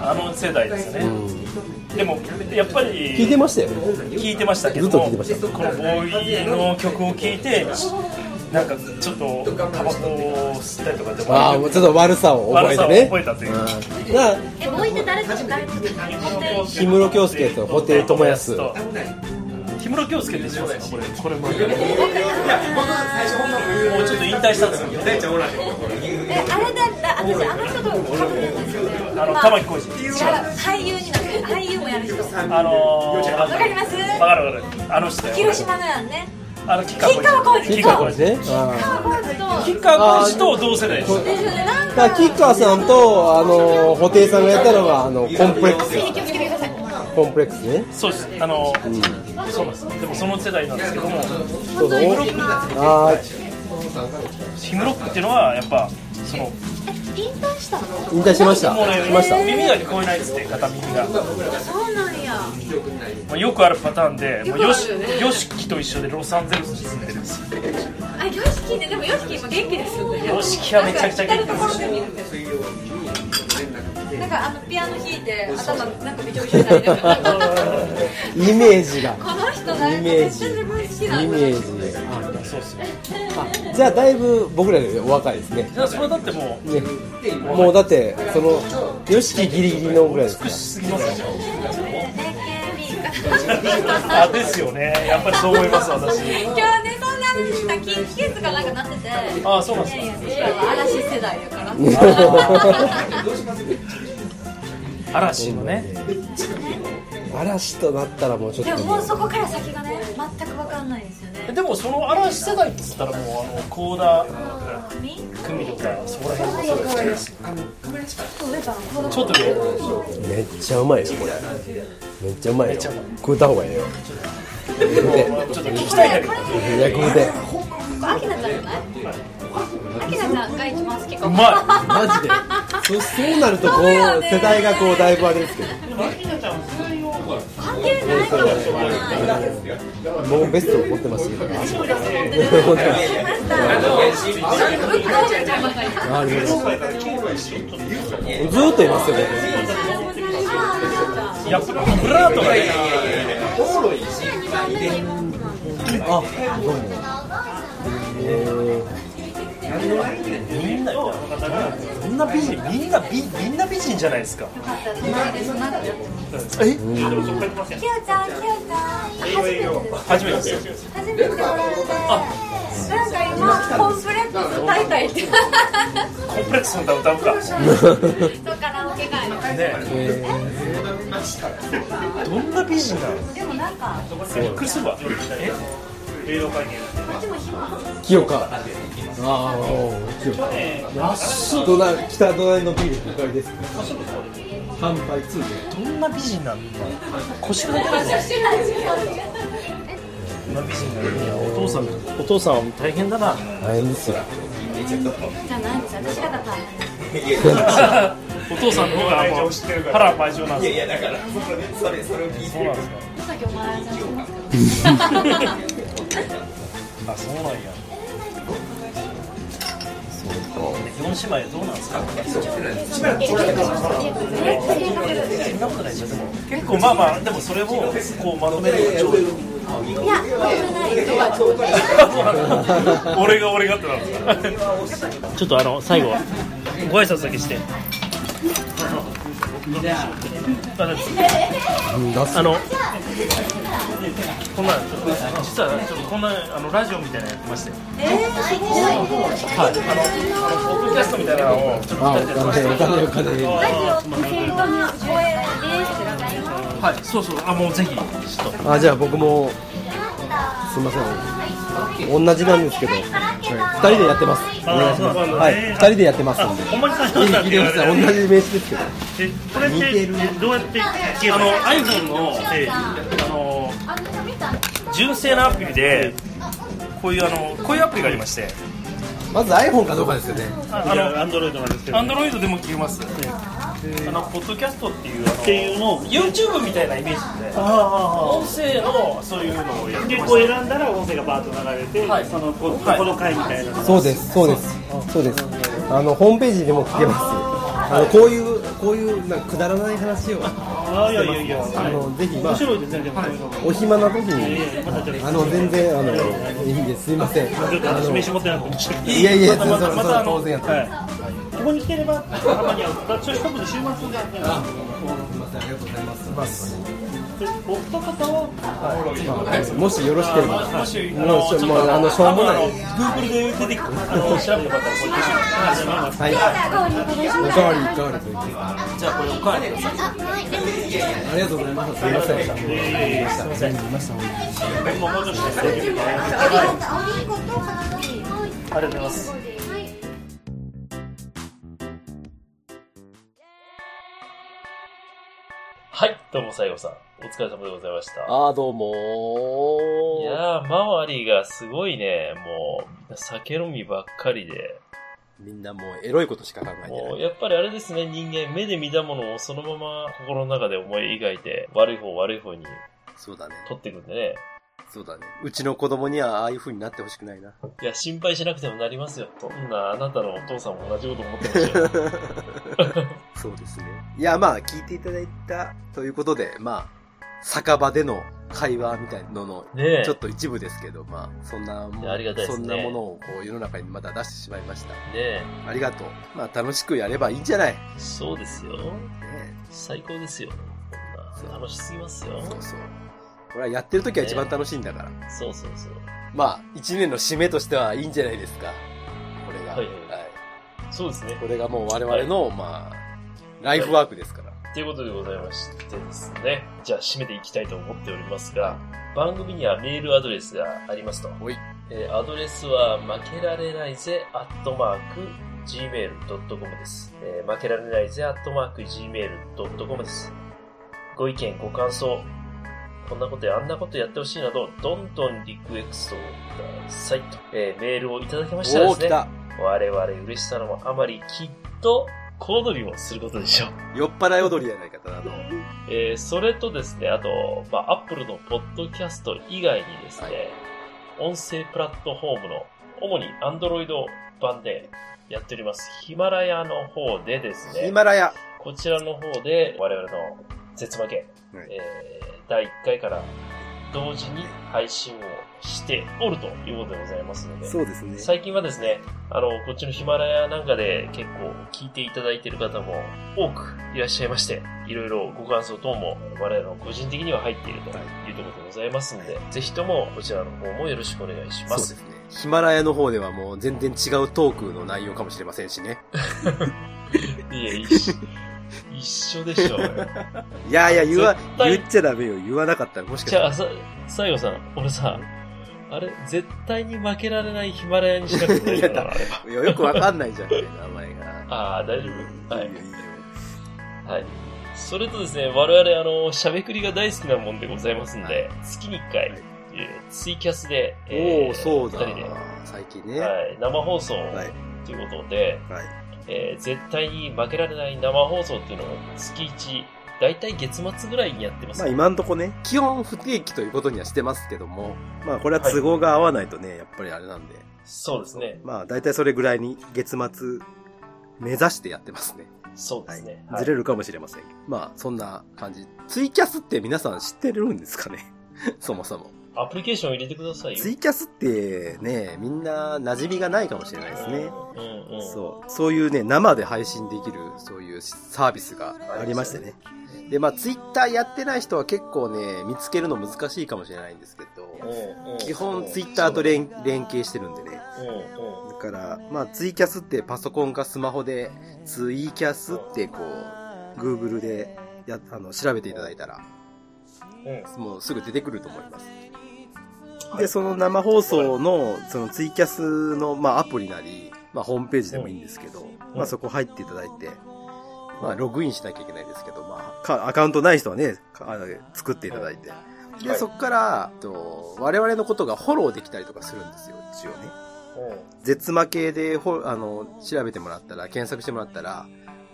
Speaker 4: あの世代ですよね、でもやっぱり
Speaker 3: 聞いてましたよ
Speaker 4: 聞いてましたけど
Speaker 3: ずっと聞いてました
Speaker 4: このボーイの曲を聴いてなんかちょっとタバコを吸ったりとかでも
Speaker 3: ああもうちょっと悪さを覚
Speaker 4: 悪
Speaker 3: え
Speaker 4: さ
Speaker 3: て
Speaker 4: を
Speaker 3: ね
Speaker 4: 覚えたという
Speaker 3: うんだから
Speaker 10: え、ボーイって誰と誰と本当に。
Speaker 3: 氷室京介と布袋寅泰
Speaker 4: と氷室京介ってしますかこれこれもうもうちょっと引退したんですよ
Speaker 10: え、あれだった。私あの人と被ってたんですよ。
Speaker 4: あの玉置浩二
Speaker 10: 違う俳優になって俳優もやる人。わ
Speaker 4: あのー、わ
Speaker 10: かります？
Speaker 4: かるわかるあの人だよ
Speaker 10: 広島のやんね。
Speaker 4: あの吉川晃司
Speaker 3: 吉
Speaker 4: 吉川
Speaker 3: 川
Speaker 4: 晃
Speaker 3: さ
Speaker 4: 司
Speaker 3: んねああ
Speaker 10: カーボーイと。
Speaker 4: 吉川晃司と同世代です
Speaker 10: ですよね。なん
Speaker 3: だ
Speaker 10: か。
Speaker 3: から吉川さんとあの布袋さんがやったのがあのコンプレックス
Speaker 10: 気をつけてください。
Speaker 3: コンプレックスね
Speaker 4: そうですあのーそうなんですでもその世代なんですけども
Speaker 3: そうそうああ
Speaker 4: ヒムロックっていうのはやっぱその
Speaker 10: え、引退したの？
Speaker 3: 引退しました
Speaker 4: もうね
Speaker 3: しました
Speaker 4: 耳が聞こえないですね片耳が、ま
Speaker 10: そうなんや。
Speaker 4: あ、よくあるパターンでもうよ
Speaker 10: よくあ
Speaker 4: し
Speaker 10: るよね
Speaker 4: よしきと一緒でロサンゼルスに住んでるんですよ
Speaker 10: あ、ヨシキね。でもヨシキ今元気ですよね。
Speaker 4: ヨシキはめちゃくちゃ元気です
Speaker 10: です。なんかあのピアノ弾いて頭なんかびちょびちょになりなが
Speaker 3: イ
Speaker 10: ら
Speaker 3: メージが
Speaker 10: この人なんかめっちゃすごい好きな
Speaker 3: イ
Speaker 10: の。
Speaker 3: メージが
Speaker 4: そうですよ
Speaker 3: じゃあだいぶ僕らよりお若いですね
Speaker 4: じゃあそれだってもう
Speaker 3: ねもうだってその YOSHIKI ギリギリのぐらいですか
Speaker 4: 美しすぎますよ
Speaker 10: AKB か。
Speaker 4: あですよねやっぱりそう思 [laughs] います私
Speaker 10: 今日ね、そんなキンキキッズかなんかなってて。
Speaker 4: あそうなんで
Speaker 10: い
Speaker 4: す
Speaker 10: や
Speaker 4: よ
Speaker 10: いや、僕らは嵐世代やから。 [laughs]
Speaker 4: 嵐のね
Speaker 3: 嵐となったらもうちょっ
Speaker 10: で
Speaker 3: と
Speaker 10: ももうそこから先がね、全くわかんないですよね。
Speaker 4: でもその嵐世代っつったらもうあの高田
Speaker 10: みんな
Speaker 4: 久美とかそこら辺の世代です
Speaker 10: 上からこの
Speaker 4: ちょっとね
Speaker 3: めっちゃうまいよこれめっちゃうまいよ食うた方がいいよ
Speaker 4: でもちょっと聞きたいんだけど
Speaker 3: いや食うて
Speaker 10: 子、アキナちゃんじゃないアキナちゃんが一番好きか
Speaker 4: う
Speaker 10: [laughs] も。
Speaker 4: ま
Speaker 3: マジでそそうなるとこう
Speaker 10: そうよね
Speaker 3: 世代がこうだいぶあれですけ
Speaker 10: 関係ないかもしれない。
Speaker 3: どもうベストを持ってますよ
Speaker 10: 思ってました。ちょっとぶっ壊れちゃいました今。
Speaker 3: なるほどずーっといますよね
Speaker 4: いやっぱブラートがね
Speaker 3: あどうもえ
Speaker 4: みんなみんな美人みんな美みんな美人じゃないですかえ
Speaker 10: キヨちゃん、キヨちゃん、初めてで
Speaker 4: 初めてです
Speaker 10: す。
Speaker 4: よ
Speaker 10: 初めてです。なんか今、コンプレックス大体って。
Speaker 4: コンプレックスの歌歌うか
Speaker 10: そうカラオケが
Speaker 4: ね
Speaker 3: ーえ
Speaker 4: どんな美人なの
Speaker 10: でもなんか、こ
Speaker 4: びっくりするわえ
Speaker 10: っちも暇。
Speaker 3: ー清川ああ清川安っどな北隣のビール高いです販売通で
Speaker 4: どんな美人なの腰が高いぞどんな美人なのいやお父さんお父さんは大変 [laughs] だな
Speaker 3: 大変ですよ
Speaker 10: じゃないんですよ。私らが大変です。
Speaker 4: お父さんの方がもう波乱万丈なんですよいやいやだからそれそれを聞いてそうなんです
Speaker 10: さっきお前じゃん。
Speaker 4: かあそうなんやそうか4姉妹どうなんですかそんなことないでしょでも結構まあまあでもそれをこうまとめるのがちょうどいい
Speaker 10: いや、それないよ。
Speaker 4: 俺が俺がってなるんですかちょっとあの最後ご挨拶だけして
Speaker 5: うん出す
Speaker 2: あの、こんな、ちょっと実はちょっとこんなあのラジオみたいなのやってまして、はい、あの、あのポッドキャストみたいなのをちょっと
Speaker 5: あ
Speaker 2: や
Speaker 5: お
Speaker 2: ってまし
Speaker 5: 金お金お金
Speaker 2: て、はい、そうそう、あもうぜひ、ちょっと、
Speaker 5: あじゃあ僕もすいません同じなんですけど、二人でやってますお願
Speaker 4: あ
Speaker 5: いします
Speaker 4: そうなんだ
Speaker 5: はい
Speaker 4: えー
Speaker 5: 二人でやってますんで
Speaker 4: ほんまに最
Speaker 5: い
Speaker 4: 初
Speaker 5: い
Speaker 4: だって
Speaker 5: 聞いて
Speaker 4: 言
Speaker 5: ま
Speaker 4: わ
Speaker 5: し
Speaker 4: れ
Speaker 5: た同
Speaker 4: て
Speaker 5: じ名刺ですけど
Speaker 4: えこれって
Speaker 5: 似てる
Speaker 4: えどうやって聞けば
Speaker 2: あ
Speaker 4: いい
Speaker 2: の
Speaker 4: の
Speaker 2: iPhone の
Speaker 4: ええ
Speaker 2: あの純正なアプリで、こういうあのこういうアプリがありまして、
Speaker 5: まず iPhone かどうかですよね
Speaker 2: あ
Speaker 4: あ
Speaker 2: あ
Speaker 4: の
Speaker 2: の
Speaker 4: アンドロイドなんですけど
Speaker 2: アンドロイドでも聞けます。あのポッドキャストっていうあの
Speaker 4: っていうのを
Speaker 2: YouTube みたいなイメージで、
Speaker 4: あ
Speaker 2: 音声のそういうのをやっ
Speaker 4: あ
Speaker 2: て
Speaker 4: で
Speaker 2: ま
Speaker 4: こう
Speaker 2: す。
Speaker 4: 選んだら音声がバーッと流れて、
Speaker 2: はい
Speaker 4: そのこ
Speaker 2: はい
Speaker 4: この回みたいなのが
Speaker 5: そうですそうですそうですあのホームページでも聞けますあのこういうこういうなんかくだらない話を
Speaker 4: ああいやいやいや、
Speaker 5: あのぜひま
Speaker 4: 面
Speaker 5: あ
Speaker 4: 白いですねでも、い
Speaker 5: お暇な時
Speaker 4: やい
Speaker 5: に
Speaker 4: やまたちょっと
Speaker 5: あの全然あのいいですすいません
Speaker 4: ちょっと
Speaker 5: あ
Speaker 4: あの
Speaker 5: の
Speaker 4: 名刺持ってなくて申し訳ない
Speaker 5: いやいや
Speaker 4: またまた
Speaker 5: それそ
Speaker 4: ま
Speaker 5: れ
Speaker 4: たあの
Speaker 5: 当然やってる
Speaker 4: はいここに来てればたまに会うだからそういう多分週末でやってる
Speaker 5: ありがとうございます
Speaker 4: お二方は
Speaker 5: もしよろしければ
Speaker 2: もし
Speaker 5: あのちょまああのしょうもない
Speaker 4: Google で出てきたあの調べてもらったらこういう話
Speaker 5: はいおかわりおかわりと言って
Speaker 2: じゃあこれおかわりください。
Speaker 5: ありがとうございますすいません
Speaker 4: もう戻してありがとうございます
Speaker 2: はい、どうも最後さん、お疲れ様でございました。
Speaker 3: あー、どうも
Speaker 2: い
Speaker 3: ー。
Speaker 2: やー、周りがすごいね、もう、酒飲みばっかりで、
Speaker 3: みんなもうエロいことしか考えて
Speaker 2: も
Speaker 3: な
Speaker 2: う、
Speaker 3: い。
Speaker 2: やっぱりあれですね、人間、目で見たものをそのまま心の中で思い描いて、悪い方悪い方に
Speaker 3: そうだね。
Speaker 2: 取っていくんでね、
Speaker 3: そうだね。うちの子供にはああいう風になってほしくないな。
Speaker 2: いや、心配しなくてもなりますよ。そんな、あなたのお父さんも同じこと思ってました
Speaker 3: [laughs]
Speaker 2: よ。
Speaker 3: そうですね。いや、まあ、聞いていただいたということで、まあ、酒場での会話みたいなのの、
Speaker 2: ねえ
Speaker 3: ちょっと一部ですけど、まあ、そんなも
Speaker 2: いやありがたいで
Speaker 3: そ
Speaker 2: す
Speaker 3: ん
Speaker 2: ね
Speaker 3: なものをこう世の中にまた出してしまいました。
Speaker 2: ね
Speaker 3: ありがとう。まあ、楽しくやればいいんじゃない。ね
Speaker 2: え、そうですよ。
Speaker 3: え
Speaker 2: 最高ですよ。こんな楽しすぎますよ。
Speaker 3: そうそう。これはやってる時は一番楽しいんだから。
Speaker 2: そうそうそう。
Speaker 3: まあ、一年の締めとしてはいいんじゃないですか。これが。
Speaker 2: はいはいそうですね。
Speaker 3: これがもう我々の、まあ、ライフワークですから。
Speaker 2: ということでございましてですね。じゃあ締めていきたいと思っておりますが、番組にはメールアドレスがありますと。
Speaker 3: はい
Speaker 2: えーアドレスは、負けられないぜ、アットマーク、gmail.com です。えー負けられないぜ、アットマーク、gmail.com です。ご意見、ご感想、こんなことやあんなことやってほしいなど、どんどんリクエストをくださいと。えーメールをいただきましたら
Speaker 3: お
Speaker 2: で
Speaker 3: お
Speaker 2: す
Speaker 3: ー、来
Speaker 2: ね。
Speaker 3: た。
Speaker 2: 我々嬉しさのもあまり、きっと、小躍りをすることでしょう。
Speaker 3: 酔っ払い踊りやないかとなと。
Speaker 2: えーそれとですね、あと、まあ、Apple のポッドキャスト以外にですね、
Speaker 3: はい
Speaker 2: 音声プラットフォームの、主に Android 版でやっております、ヒマラヤの方でです
Speaker 3: ヒ
Speaker 2: ね、
Speaker 3: マラヤ。
Speaker 2: こちらの方で我々の絶負け、
Speaker 3: はい
Speaker 2: えー第1回から同時に配信をしておるということでございますので、
Speaker 3: そうですね。
Speaker 2: 最近はですね、あの、こっちのヒマラヤなんかで結構聞いていただいている方も多くいらっしゃいまして、いろいろご感想等も我々の個人的には入っているというところでございますので、ぜひともこちらの方もよろしくお願いしま
Speaker 3: そうです
Speaker 2: す。
Speaker 3: ね。ヒマラヤの方ではもう全然違うトークの内容かもしれませんしね。
Speaker 2: いや、一緒一緒でしょうよ。
Speaker 3: いやいや、言わ、
Speaker 2: 絶対
Speaker 3: 言っちゃダメよ。言わなかったらもしかし
Speaker 2: じ
Speaker 3: た
Speaker 2: ゃ
Speaker 3: ら。
Speaker 2: あ、さ、最後さん、俺さ、あれ、絶対に負けられないヒマラヤにしかないからな、あれは。
Speaker 3: [laughs] いやよくわかんないじゃん、名前が。
Speaker 2: ああ、大丈夫。はい
Speaker 3: いい。よ、いいよ。
Speaker 2: はい。それとですね、我々、あの、しゃべくりが大好きなもんでございますので、月に1回、
Speaker 3: はい
Speaker 2: えーツイキャスで、
Speaker 3: お
Speaker 2: えー
Speaker 3: おそうだ
Speaker 2: 二人で、は
Speaker 3: 最近ね、
Speaker 2: い、生放送
Speaker 3: はい
Speaker 2: ということで、
Speaker 3: はい
Speaker 2: えー絶対に負けられない生放送っていうのを月1、だいたい月末ぐらいにやってます、
Speaker 3: まあ今んとこね基本不定期ということにはしてますけどもまあこれは都合が合わないとね、やっぱりあれなんで
Speaker 2: そうですね。
Speaker 3: まあ大体それぐらいに月末目指してやってますね
Speaker 2: そうで
Speaker 3: はい
Speaker 2: すね。
Speaker 3: ずれるかもしれません [laughs] まあそんな感じツイキャスって皆さん知ってるんですかねそもそも
Speaker 2: アプリケーション入れてくださいよ
Speaker 3: ツ。イキャスってね、みんな馴染みがないかもしれないですね。
Speaker 2: うんうん。
Speaker 3: そう。そういうね、生で配信できる、そういうサービスがありましてね。で、まあ、ツイッターやってない人は結構ね、見つけるの難しいかもしれないんですけど、
Speaker 2: うんうん
Speaker 3: 基本ツイッターと連連携してるんでね。
Speaker 2: うんうん
Speaker 3: だから、まあ、ツイキャスってパソコンかスマホで、ツイキャスってこう、Google でやあの調べていただいたら、
Speaker 2: うん。
Speaker 3: もうすぐ出てくると思います。
Speaker 2: はい
Speaker 3: で、その生放送の、そのツイキャスの、まあ、アプリなり、まあ、ホームページでもいいんですけど、まあ、そこ入っていただいて、まあ、ログインしなきゃいけないですけど、まあ、かアカウントない人はね、かあの作っていただいて。で、そこから、と、我々のことがフォローできたりとかするんですよ、一応ね。絶負けでほあの調べてもらったら、検索してもらったら、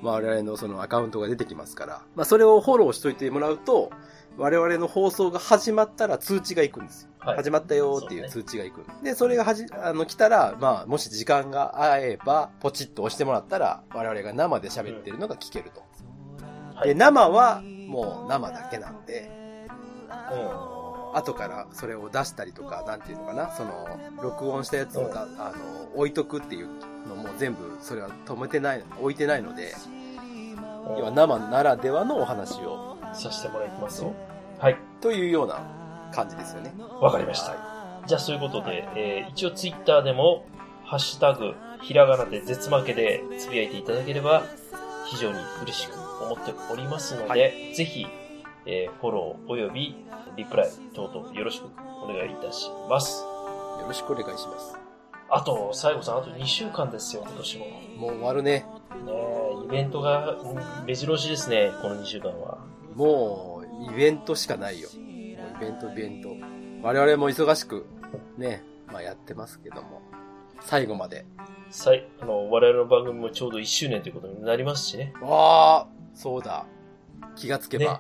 Speaker 3: まあ、我々のそのアカウントが出てきますから、まあ、それをフォローしといてもらうと、我々の放送が始まったら通知が行くんですよ。
Speaker 2: はい
Speaker 3: 始まったよっていう通知が行く。で、それがはじ、あの、来たら、まあ、もし時間が合えば、ポチッと押してもらったら、我々が生で喋ってるのが聞けると。
Speaker 2: はい
Speaker 3: で、生は、もう生だけなんで、
Speaker 2: うんうん
Speaker 3: 後からそれを出したりとか、なんていうのかな、その、録音したやつをだ、あの、置いとくっていうのも全部、それは止めてない、置いてないので、要は生ならではのお話を、
Speaker 2: させてもらいますよ。はい。
Speaker 3: というような感じですよね。
Speaker 2: わかりました。じゃあ、そういうことで、えー一応ツイッターでも、ハッシュタグ、ひらがなで絶負けでつぶやいていただければ、非常に嬉しく思っておりますので、
Speaker 3: は
Speaker 2: ぜひ、えーフォローおよびリプライ等々よろしくお願いいたします。
Speaker 3: よろしくお願いします。
Speaker 2: あと、最後さん、あと2週間ですよ、今年も。ね
Speaker 3: もう終わるね。
Speaker 2: えイベントが、うん目白押しですね、この2週間は。
Speaker 3: もう、イベントしかないよ。もうイベント、イベント。我々も忙しく、ね、まあやってますけども、最後まで。
Speaker 2: さい、あの、我々の番組もちょうど1周年ということになりますしね。
Speaker 3: わあ、そうだ。気がつけば。
Speaker 2: ね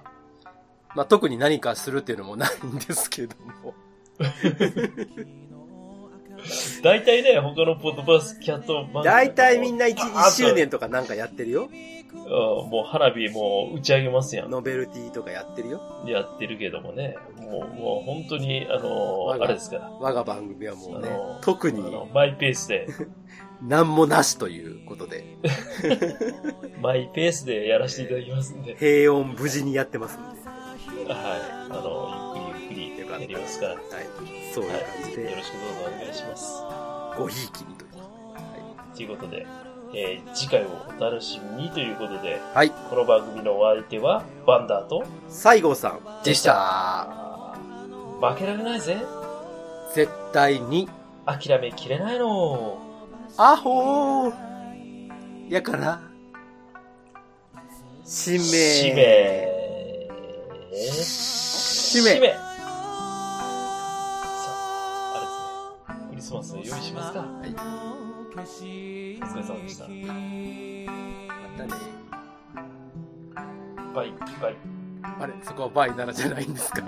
Speaker 3: まあ、特に何かするっていうのもないんですけども。
Speaker 2: 大体ね、他のポッドバスキャット番組
Speaker 3: 大体みんな 1,
Speaker 2: あ
Speaker 3: 1周年とかなんかやってるよ。
Speaker 2: あとうんもう花火もう打ち上げますやん。
Speaker 3: ノベルティとかやってるよ。
Speaker 2: やってるけどもね。もう、もう本当に、あの
Speaker 3: 我
Speaker 2: ー、
Speaker 3: が
Speaker 2: あれですから。
Speaker 3: 我が番組はもうね
Speaker 2: あの、
Speaker 3: 特
Speaker 2: あ
Speaker 3: に
Speaker 2: の、マイペースで、 [laughs]
Speaker 3: 何もなしということで、
Speaker 2: マイペースでやらせていただきますんで。
Speaker 3: 平穏無事にやってますんで。
Speaker 2: はい。あの、ゆっくりゆっくり
Speaker 3: よかった
Speaker 2: やりますから。は
Speaker 3: はい。そういう感じ
Speaker 2: い。よ
Speaker 3: で
Speaker 2: ろ、しくどうぞお願いします。
Speaker 3: ごひいきにということで。は
Speaker 2: ということで、えー次回をお楽しみにということで、
Speaker 3: はい
Speaker 2: この番組のお相手は、バンダーと、
Speaker 3: い。西郷さんでした。
Speaker 2: あー負けられないぜ。
Speaker 3: 絶対に、
Speaker 2: 諦めきれないの。
Speaker 3: アホーやから、使命。
Speaker 2: 使命。
Speaker 3: 使
Speaker 2: 使
Speaker 3: 命。
Speaker 2: 命。さあ、あれですね。クリスマスの用意しますか。はい。お疲れ様でした。
Speaker 3: またね。
Speaker 2: バイ、バイ。
Speaker 3: あれ、そこはバイならじゃないんですか